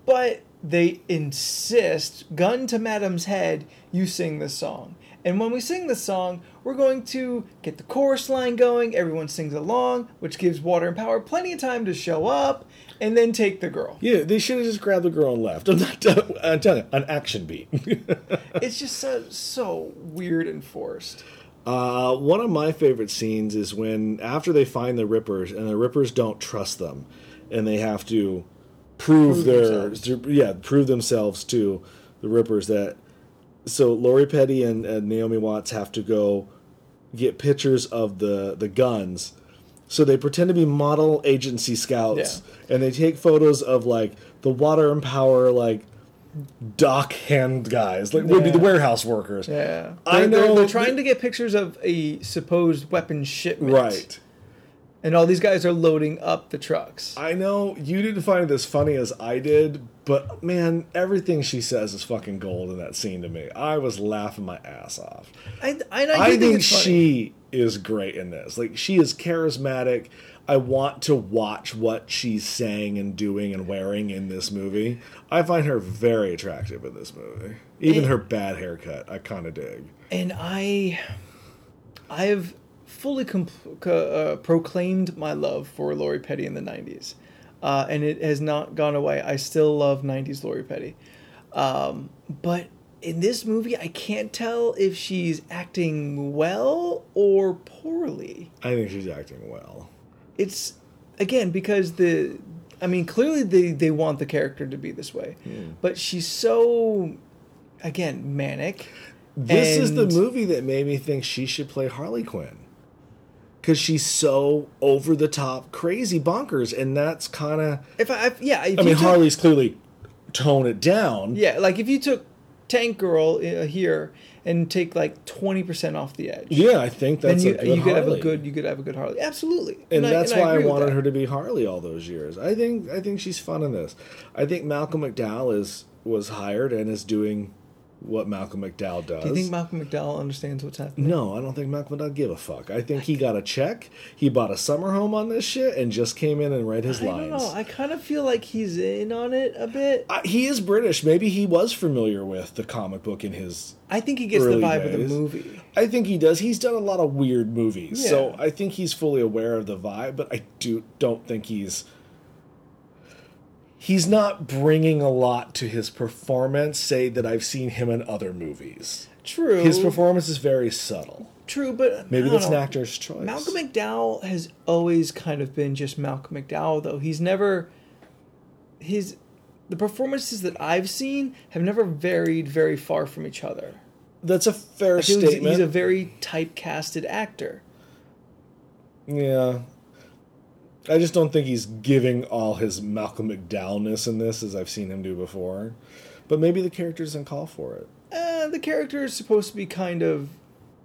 But they insist, gun to madam's head, you sing this song. And when we sing this song, we're going to get the chorus line going. Everyone sings along, which gives Water and Power plenty of time to show up and then take the girl. yeah, they should have just grabbed the girl and left. I'm not. I'm telling you, an action beat. It's just so, so weird and forced. Uh, one of my favorite scenes is when after they find the Rippers and the Rippers don't trust them, and they have to prove, Prove their to- yeah prove themselves to the Rippers that. So Lori Petty and, and Naomi Watts have to go get pictures of the the guns. So they pretend to be model agency scouts, and they take photos of like the water and power like dock hand guys, like would be the Yeah. warehouse workers. Yeah, I I know. They're, know they're that- trying to get pictures of a supposed weapon shipment, Right. And all these guys are loading up the trucks. I know you didn't find it as funny as I did, but man, everything she says is fucking gold in that scene to me. I was laughing my ass off. I, I, and I, do I, think, think, it's funny. she is great in this. Like she is charismatic. I want to watch what she's saying and doing and wearing in this movie. I find her very attractive in this movie. Even her bad haircut, I kind of dig. and I, I have fully compl- c- uh, proclaimed my love for Lori Petty in the '90s, uh, and it has not gone away. I still love '90s Lori Petty, um, but in this movie, I can't tell if she's acting well or poorly. I think she's acting well. it's again because the I mean clearly they they want the character to be this way, but she's so again manic. This is the And- movie that made me think she should play Harley Quinn. Because she's so over the top, crazy bonkers. And that's kind of. If I if, yeah, if I mean, you took- Harley's clearly tone it down. yeah, like if you took Tank Girl uh, here and take like twenty percent off the edge. Yeah, I think Then that's you, a good you could have a Harley. good you could have a good Harley. Absolutely. and that's why I, agree with wanted that. her to be Harley all those years. I think I think she's fun in this. I think Malcolm McDowell is was hired and is doing what Malcolm McDowell does. Do you think Malcolm McDowell understands what's happening? no, I don't think Malcolm McDowell give a fuck. I think he got a check, he bought a summer home on this shit, and just came in and read his I don't lines. know. I kind of feel like he's in on it a bit. I- he is British. Maybe he was familiar with the comic book in his. I think he gets Early the vibe of the days. movie. I think he does. He's done a lot of weird movies, so Yeah. I think he's fully aware of the vibe. But I do don't think he's he's not bringing a lot to his performance. Say that I've seen him in other movies. True. His performance is very subtle. True, but Maybe I don't that's an know. actor's choice. Malcolm McDowell has always kind of been just Malcolm McDowell, though. He's never his the performances that I've seen have never varied very far from each other. that's a fair He's, statement. he's a very typecasted actor. Yeah. I just don't think he's giving all his Malcolm McDowellness in this as I've seen him do before. But maybe the character doesn't call for it. Uh, the character is supposed to be kind of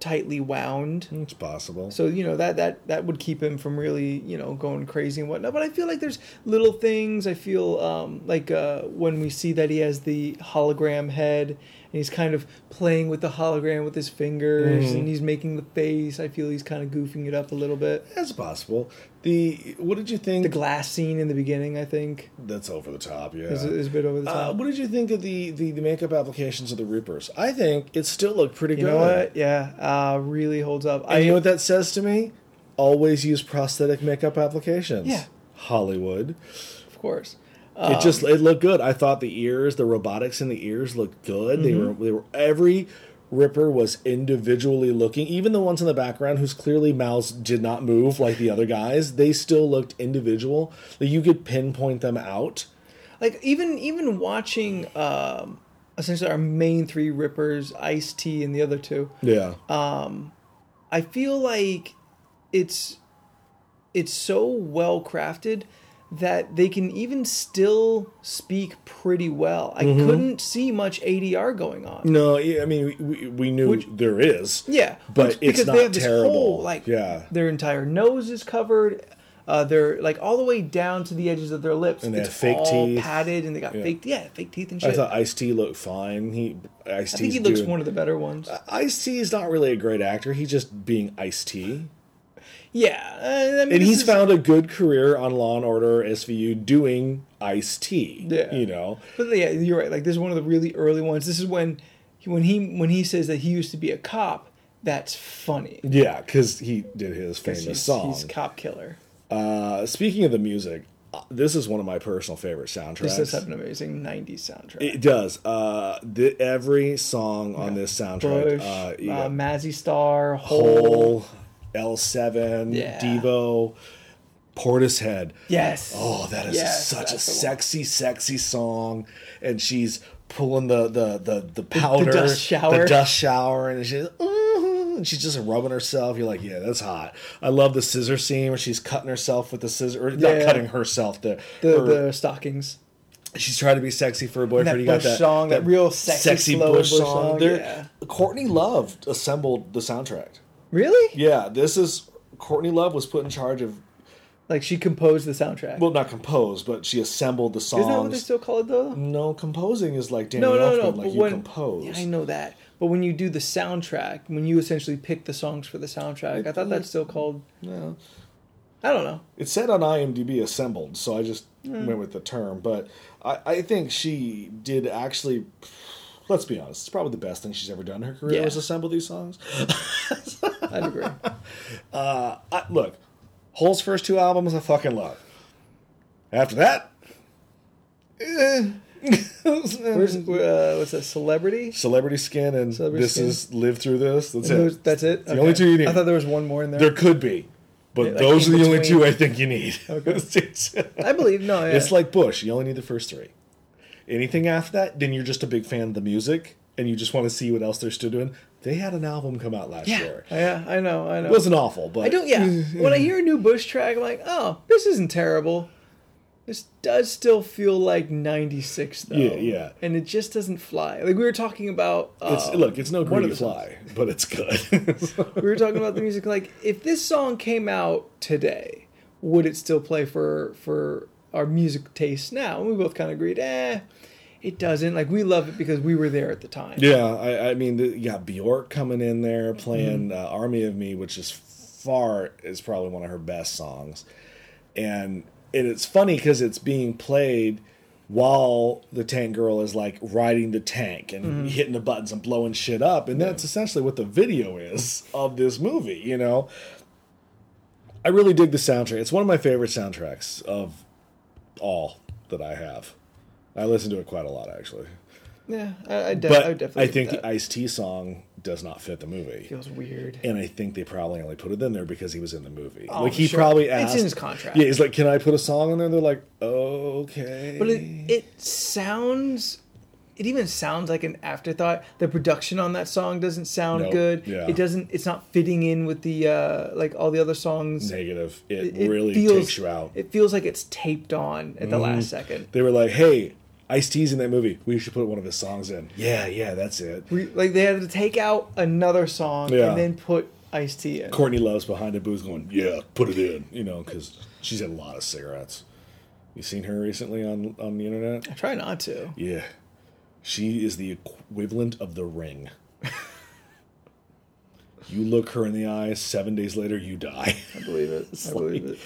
tightly wound. It's possible. So you know that that that would keep him from really you know going crazy and whatnot. But I feel like there's little things. I feel um, like uh, when we see that he has the hologram head and he's kind of playing with the hologram with his fingers Mm-hmm. and he's making the face. I feel he's kind of goofing it up a little bit. That's possible. The what did you think? The glass scene in the beginning, I think, That's over the top. Yeah. is, is a bit over the uh, top. what did you think of the, the, the makeup applications of the Reapers? I think it still looked pretty you good. know what? Yeah, uh, really holds up. And I you know what that says to me? Always use prosthetic makeup applications. Yeah. Hollywood. of course. it just Um, it looked good. I thought the ears, the robotics in the ears looked good. They Mm-hmm. were they were every Ripper was individually looking. Even the ones in the background whose clearly mouths did not move like the other guys, they still looked individual. That you could pinpoint them out. like even even watching um essentially our main three rippers ice tea and the other two Yeah. i feel like it's it's so well crafted that they can even still speak pretty well i Mm-hmm. couldn't see much adr going on no, yeah, I mean we, we, we knew there is. yeah But it's because not terrible. like Yeah. their entire nose is covered uh, they're like all the way down to the edges of their lips And they it's have fake all teeth. padded and they got fake yeah fake teeth and shit I thought Ice T looked fine. He Ice I think he looks one of the better ones Ice T is not really a great actor. He's just being Ice T. Yeah, uh, I mean, and this he's is- found a good career on Law and Order SVU doing Ice T. Yeah. you know, But yeah, you're right. Like this is one of the really early ones. This is when, he, when he when he says that he used to be a cop. That's funny. yeah, because he did his famous He's, song. he's cop killer. uh, speaking of the music, uh, this is one of my personal favorite This soundtracks. does have an amazing '90s soundtrack. it does. Uh, the, every song on this soundtrack, Bush, uh, uh, you got Mazzy Star, Hole. Hole, L Seven, Yeah. Devo, Portishead. Yes. Oh, that is Yes, such a that's the one. sexy, sexy song, and she's pulling the the the, the powder, dust shower. the dust shower, and she's "Ooh," and she's just rubbing herself. You're like, yeah, that's hot. I love the scissor scene where she's cutting herself with the scissor, or not Yeah. cutting herself. The, The, her- the stockings. she's trying to be sexy for her boyfriend. That you got Bush that song, that real sexy, slow Bush song, There- yeah. Courtney Love assembled the soundtrack. Really? Yeah, this is Courtney Love was put in charge of. Like she composed the soundtrack. Well, not composed, but she assembled the songs. Isn't that what they still call it though? No, composing is like Danny No, no, Elfman, no. like but you when compose. Yeah, I know that. But when you do the soundtrack, when you essentially pick the songs for the soundtrack, I thought that's still called. No. I don't know. It said on IMDb assembled, so I just Hmm. went with the term. But I, I think she did actually. Let's be honest; it's probably the best thing she's ever done in her career Yeah. was assemble these songs. I'd agree. I, look, Hole's first two albums I fucking love. After that, eh. Where's uh, what's that? Celebrity. Celebrity Skin and Celebrity This Skin. Is Live Through This. That's Those- it. That's it. the only two you need. I thought there was one more in there. There could be, but like those are in the only between. two I think you need. I believe no. Yeah. It's like Bush. You only need the first three. Anything after that, then you're just a big fan of the music and you just want to see what else they're still doing. They had an album come out last yeah, year. yeah. I know. I know. It wasn't awful, but I don't. Yeah. when I hear a new Bush track, I'm like, oh, this isn't terrible. This does still feel like 96 though. Yeah, yeah. And it just doesn't fly. Like we were talking about uh, It's look, it's no one of greedy the fly, but it's good. So- we were talking about the music like if this song came out today, would it still play for for our music tastes now? And we both kind of agreed, eh, it doesn't. Like we love it because we were there at the time. yeah, I, I mean, the, you got Bjork coming in there playing uh, "Army of Me," which is far is probably one of her best songs, and and it's funny because it's being played while the tank girl is like riding the tank and hitting the buttons and blowing shit up, and that's essentially what the video is of this movie, you know. I really dig the soundtrack. It's one of my favorite soundtracks of all that I have. I listen to it quite a lot, actually. Yeah, I, I, de- I But would definitely. I give think that. the Ice T song does not fit the movie. feels weird. And I think they probably only put it in there because he was in the movie. Oh, like he sure. probably It's asked. in his contract. Yeah, he's like, "Can I put a song in there?" They're like, "Okay." But it, it sounds, it even sounds like an afterthought. The production on that song doesn't sound Nope. good. Yeah. It doesn't. It's not fitting in with the uh, like all the other songs. negative. It, It- it really takes you out. Mm. It feels like it's taped on at the last second. they were like, "Hey, Ice T's in that movie. We should put one of his songs in." Yeah, yeah, that's it. We, like they had to take out another song Yeah. and then put Ice T in. Courtney Love's behind the booth going, "Yeah, put it in," you know, because she's had a lot of cigarettes. You seen her recently on on the internet? I try not to. Yeah. She is the equivalent of the ring. you look her in the eyes, seven days later, you die. I believe it. I believe it.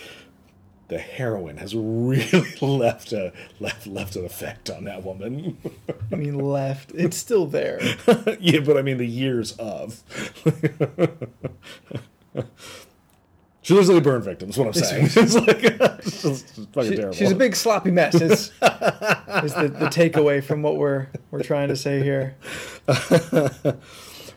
The heroin has really left a left left an effect on that woman. I mean, left. It's still there. yeah, but I mean the years of. she looks like a burn victim. That's what I'm saying. She's like it's just fucking She- terrible. she's a big sloppy mess. Is, is the, the takeaway from what we're we're trying to say here?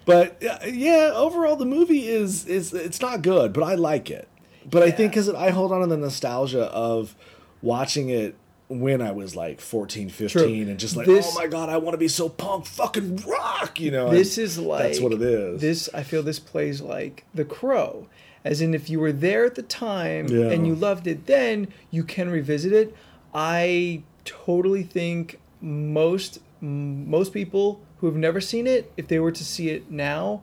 But uh, yeah, overall the movie is is it's not good, but I like it. But I think Yeah. because I hold on to the nostalgia of watching it when I was like 14, 15, True. and just like, This- oh my god, I want to be so punk, fucking rock, you know. This and is like that's what it is. This I feel this plays like The Crow, as in if you were there at the time Yeah. and you loved it, then you can revisit it. I totally think most most people who have never seen it, if they were to see it now,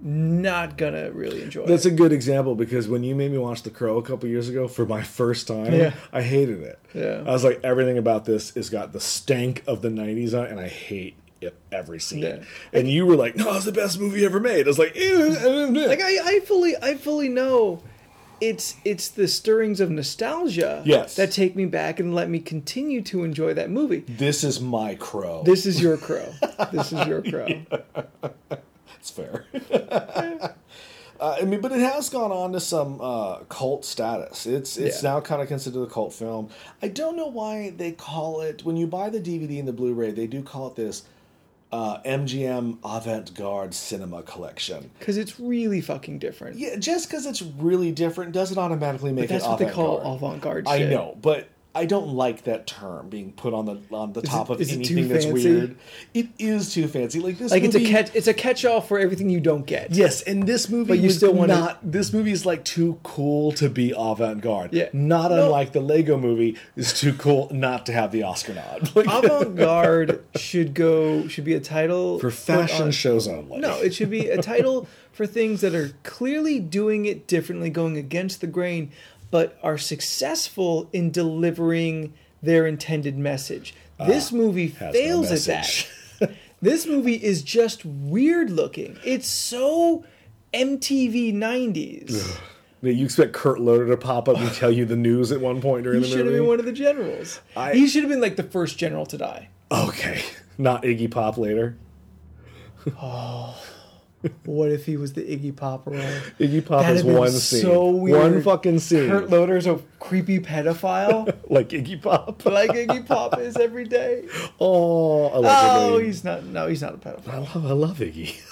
not gonna really enjoy That's it. a good example because when you made me watch The Crow a couple years ago for my first time, Yeah. I hated it. Yeah. I was like, everything about this has got the stank of the '90s on, it, and I hate it every scene. Yeah. And you were like, no, it's the best movie ever made. I was like, "Eh, eh, eh, eh." like I, I fully I fully know it's it's the stirrings of nostalgia Yes. that take me back and let me continue to enjoy that movie. This is my crow. This is your crow. This is your crow. That's fair. uh, I mean, but it has gone on to some uh, cult status. It's it's Yeah. now kind of considered a cult film. I don't know why they call it when you buy the DVD and the Blu-ray. They do call it this uh, MGM Avant-Garde Cinema Collection. Because it's really fucking different. Yeah, just because it's really different doesn't automatically make That's it what they call avant-garde. avant garde I know, but I don't like that term being put on the on the top of is it too anything that's fancy? weird. It is too fancy. Like this, Like it's a movie- catch it's a catch all for everything you don't get. Yes, and this movie But you was still wanna- not. This movie is like too cool to be avant-garde. Yeah. Not No. unlike the Lego movie is too cool not to have the Oscar nod. Like, Avant garde should go should be a title for put fashion on- shows only. uh, No, it should be a title for things that are clearly doing it differently, going against the grain, but are successful in delivering their intended message. This movie Ah, has no fails at message. that. this movie is just weird looking. It's so MTV 90s. I mean, you expect Kurt Loder to pop up and tell you the news at one point during He the should have movie. been one of the generals. I- he should have been like the first general to die. okay, not Iggy Pop later. What if he was the Iggy Pop role? Iggy Pop That'd is have been one scene, so weird. one fucking scene, Kurt Loder's a creepy pedophile, like Iggy Pop. like Iggy Pop is every day. oh, allegedly. Oh, he's not. No, he's not a I pedophile. love, I love Iggy.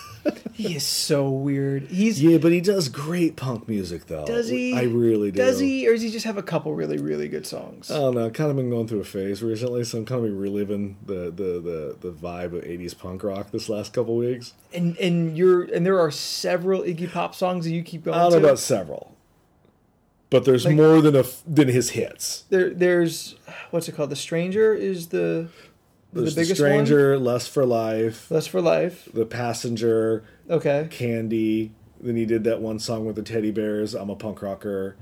He is so weird. He's yeah, but he does great punk music though. does he? I really do. Uh, Does he, or does he just have a couple really really good songs? I don't know. I've kind of been going through a phase recently, so I'm kind of reliving the the, the, the vibe of '80s punk rock this last couple weeks. and and you're and there are several Iggy Pop songs that you keep going. I don't to. know about several, but there's Like- more than a f- than his hits. There, there's what's it called? The Stranger is the the There's the, biggest one. stranger, lust for life, Less for life. the passenger, Okay. candy. Then he did that one song with the teddy bears. I'm a punk rocker.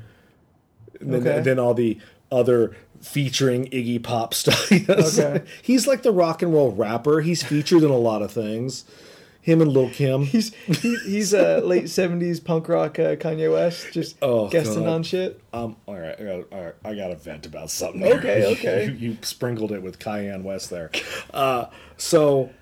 And then, Okay. then all the other featuring Iggy Pop stuff. You know, so Okay. He's like the rock and roll rapper. He's featured in a lot of things. Him and Lil Kim. He's he, he's a late '70s punk rock uh, Kanye West, just Oh, guesting God. on shit. Um, all right, I got all right, I got to vent about something. Okay, You- okay. You, you sprinkled it with Cayenne West there. Uh, so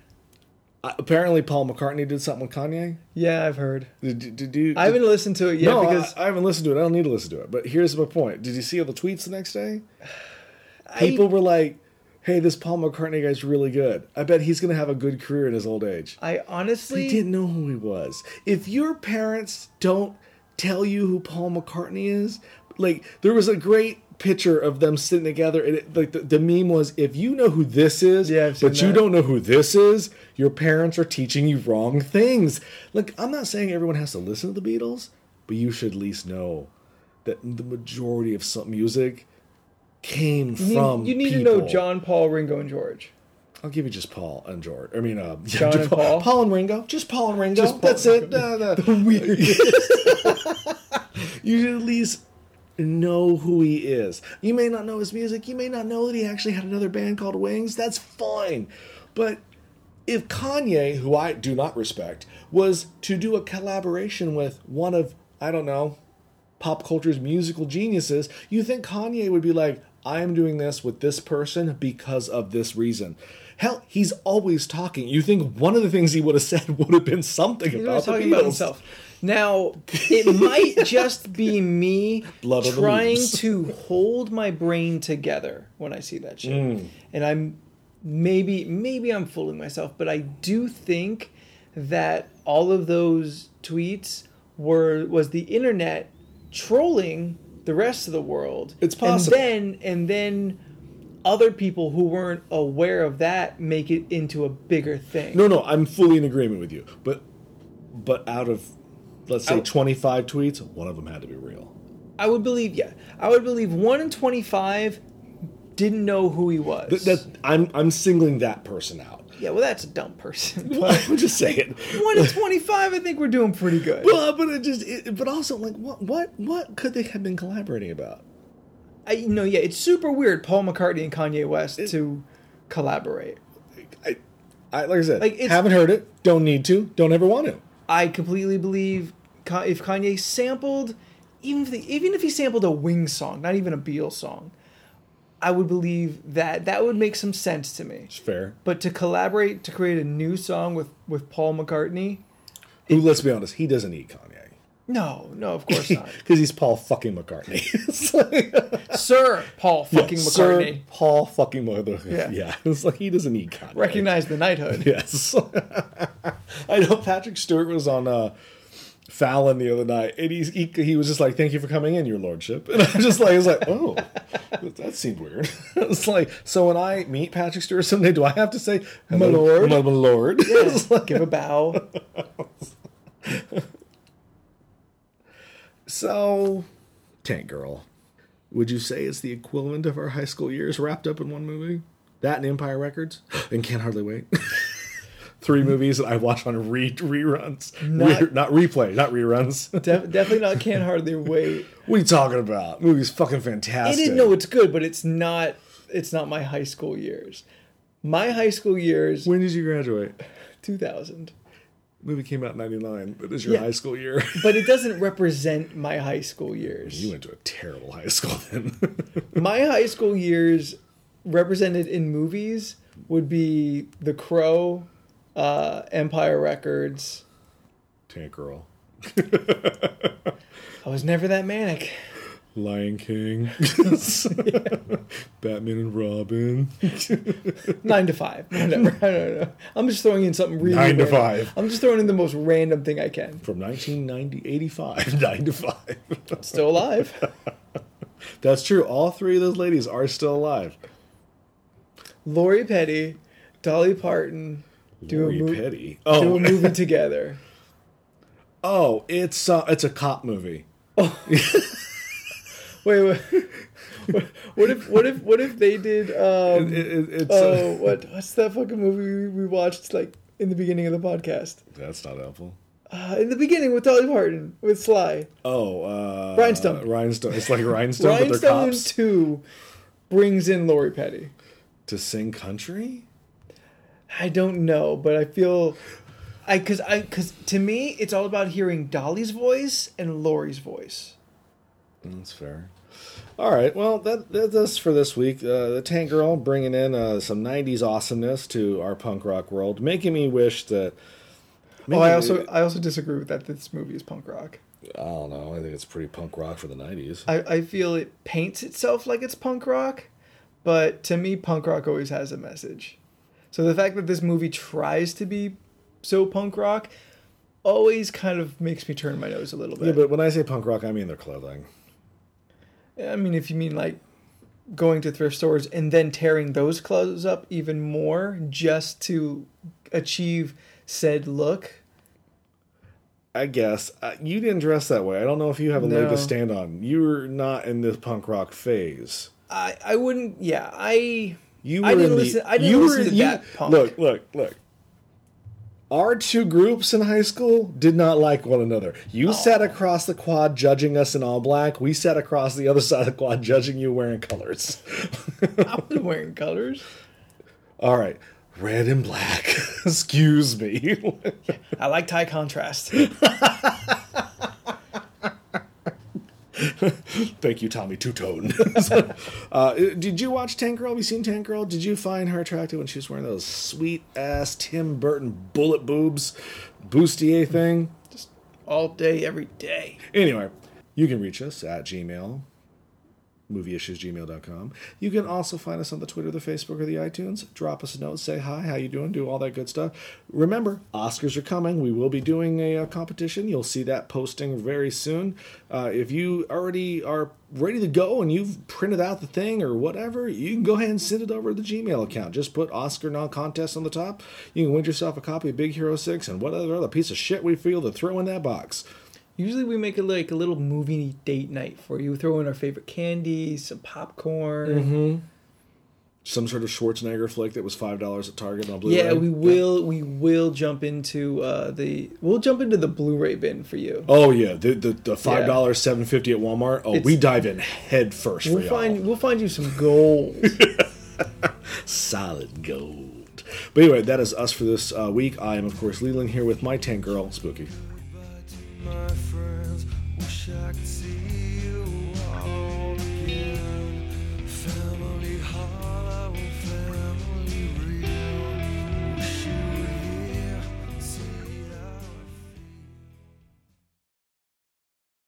uh, apparently Paul McCartney did something with Kanye. Yeah, I've heard. Did, did, did you? I haven't listened to it yet no, I- because I, haven't listened to it. I don't need to listen to it. But here's my point. Did you see all the tweets the next day? People were like, "Hey, this Paul McCartney guy's really good. I bet he's gonna have a good career in his old age." I honestly He didn't know who he was. If your parents don't tell you who Paul McCartney is, like there was a great picture of them sitting together, and it, like the, the meme was, if you know who this is, Yeah, I've seen but you that. don't know who this is, your parents are teaching you wrong things. Look, I'm not saying everyone has to listen to the Beatles, but you should at least know that the majority of some music came you need, from you need to people. know John, Paul, Ringo, and George. I'll give you just Paul and George. I mean, uh, John just and Paul? Paul and Ringo. Just Paul and Ringo. Just Paul That's and it. Uh, the weirdest. you should at least know who he is. You may not know his music. You may not know that he actually had another band called Wings. That's fine. But if Kanye, who I do not respect, was to do a collaboration with one of, I don't know, pop culture's musical geniuses, you think Kanye would be like, I am doing this with this person because of this reason. Hell, he's always talking. You think one of the things he would have said would have been something He's about always the talking about Beatles. himself. Now, it might just be me Blood of the trying leaves. to hold my brain together when I see that shit. Mm. And I'm maybe maybe I'm fooling myself, but I do think that all of those tweets were was the internet trolling the rest of the world. It's possible. And then and then other people who weren't aware of that make it into a bigger thing. No, no, I'm fully in agreement with you. But but out of let's say Out- 25 tweets, one of them had to be real. I would believe, yeah. I would believe one in 25 didn't know who he was. Th- That I'm I'm singling that person out. yeah, well, that's a dumb person. I'm just saying. one in 25, I think we're doing pretty good. Well, but it just it, but also like what what what could they have been collaborating about? I, no, yeah, it's super weird Paul McCartney and Kanye West to collaborate. I, I like I said, Like, it's- haven't heard it. Don't need to. Don't ever want to. I completely believe Ka- if Kanye sampled, even if, they, even if he sampled a Wings song, not even a Beatles song, I would believe that that would make some sense to me. It's fair. But to collaborate to create a new song with, with Paul McCartney, Who? Let's be honest. He doesn't need Kanye no, no, of course not. because he's Paul fucking McCartney. It's like- Sir Paul fucking Sir McCartney. Paul fucking McCartney. Yeah. Yeah. It's like he doesn't need Kanye. Recognize the knighthood. Yes. I know Patrick Stewart was on uh, Fallon the other night, and he's, he he was just like, "Thank you for coming in, Your Lordship," and I'm just like, "It's like, oh, that, that seemed weird." it's like, so when I meet Patrick Stewart someday, do I have to say, My lord." my, my lord"? It's like- Give a bow. so, Tank Girl, would you say it's the equivalent of our high school years wrapped up in one movie? That and Empire Records, and Can't Hardly Wait. Three movies that I watch on re- reruns, not, Not- not replay, not reruns. Def- definitely not. Can't hardly wait. What are you talking about? Movie's fucking I fantastic. didn't know it's good, but it's not. It's not my high school years. My high school years, When did you graduate? 2000. Movie came out in '99. That is your Yeah. high school year. But it doesn't represent my high school years. you went to a terrible high school then. My high school years, represented in movies, would be The Crow, uh, Empire Records. Tank Girl, I was never that manic. Lion King, Batman and Robin. Nine to five, whatever. I don't know. I'm just throwing in something really. Nine to random. five. I'm just throwing in the most random thing I can. From 1985, nine to five. Still alive. That's true. All three of those ladies are still alive. Lori Petty, Dolly Parton, do Lori a movie. Petty. Do a Oh, movie together. oh, it's uh, it's a cop movie. Wait, wait. what if what if what if they did um It- it- it's, oh uh, what what's that fucking movie we we watched like in the beginning of the podcast? That's not helpful. Uh, in the beginning with Dolly Parton with Sly. Oh, uh, Rhinestone. Rhinestone. It's like rhinestone, but they're Rhinestone cops 2 brings in Lori Petty. to sing country. I don't know, but I feel I cuz I cuz to me it's all about hearing Dolly's voice and Lori's voice. Mm, That's fair. All right. Well, that, that that's for this week. Uh, the Tank Girl bringing in uh, some '90s awesomeness to our punk rock world, making me wish that. Oh, I also I also disagree with that this movie is punk rock. I don't know. I think it's pretty punk rock for the '90s. I, I feel it paints itself like it's punk rock, but to me, punk rock always has a message. So the fact that this movie tries to be so punk rock always kind of makes me turn my nose a little yeah, bit. but when I say punk rock, I mean their clothing. I mean, if you mean like going to thrift stores and then tearing those clothes up even more just to achieve said look, I guess uh, you didn't dress that way. I don't know if you have a leg No. to stand on. You're not in this punk rock phase. I, I wouldn't, yeah, I. You were I didn't in the, listen- I didn't you listen were, to you- that punk. Look, look, look. Our two groups in high school did not like one another. You Oh. sat across the quad judging us in all black. We sat across the other side of the quad judging you wearing colors. I was wearing colors. all right, red and black. Excuse me. I liked high contrast. Thank you, Tommy Two Tone. uh, did you watch Tank Girl? Have you seen Tank Girl? Did you find her attractive when she was wearing those sweet ass Tim Burton bullet boobs, bustier thing? Just all day, every day. Anyway, you can reach us at Gmail, movieissuesgmail.com. You can also find us on the Twitter, the Facebook, or the iTunes. Drop us a note, say hi, how you doing, do all that good stuff. Remember, Oscars are coming. We will be doing a, uh competition. You'll see that posting very soon. Uh, if you already are ready to go and you've printed out the thing or whatever, you can go ahead and send it over to the Gmail account. Just put Oscar non-contest on the top. You can win yourself a copy of Big Hero 6 and whatever other piece of shit we feel to throw in that box. Usually we make it like a little movie date night for you. Throw in our favorite candies, some popcorn. some sort of Schwarzenegger flick that was five dollars at Target on Blu-ray. Yeah, we will. We will jump into uh, the. We'll jump into the Blu-ray bin for you. Oh yeah, the the, the five dollars seven fifty at Walmart. Oh, we It's- dive in head first for We'll y'all. find. We'll find you some gold. Solid gold. But anyway, that is us for this uh, week. I am of course Leland here with my tank girl Spooky. But my friends wish I could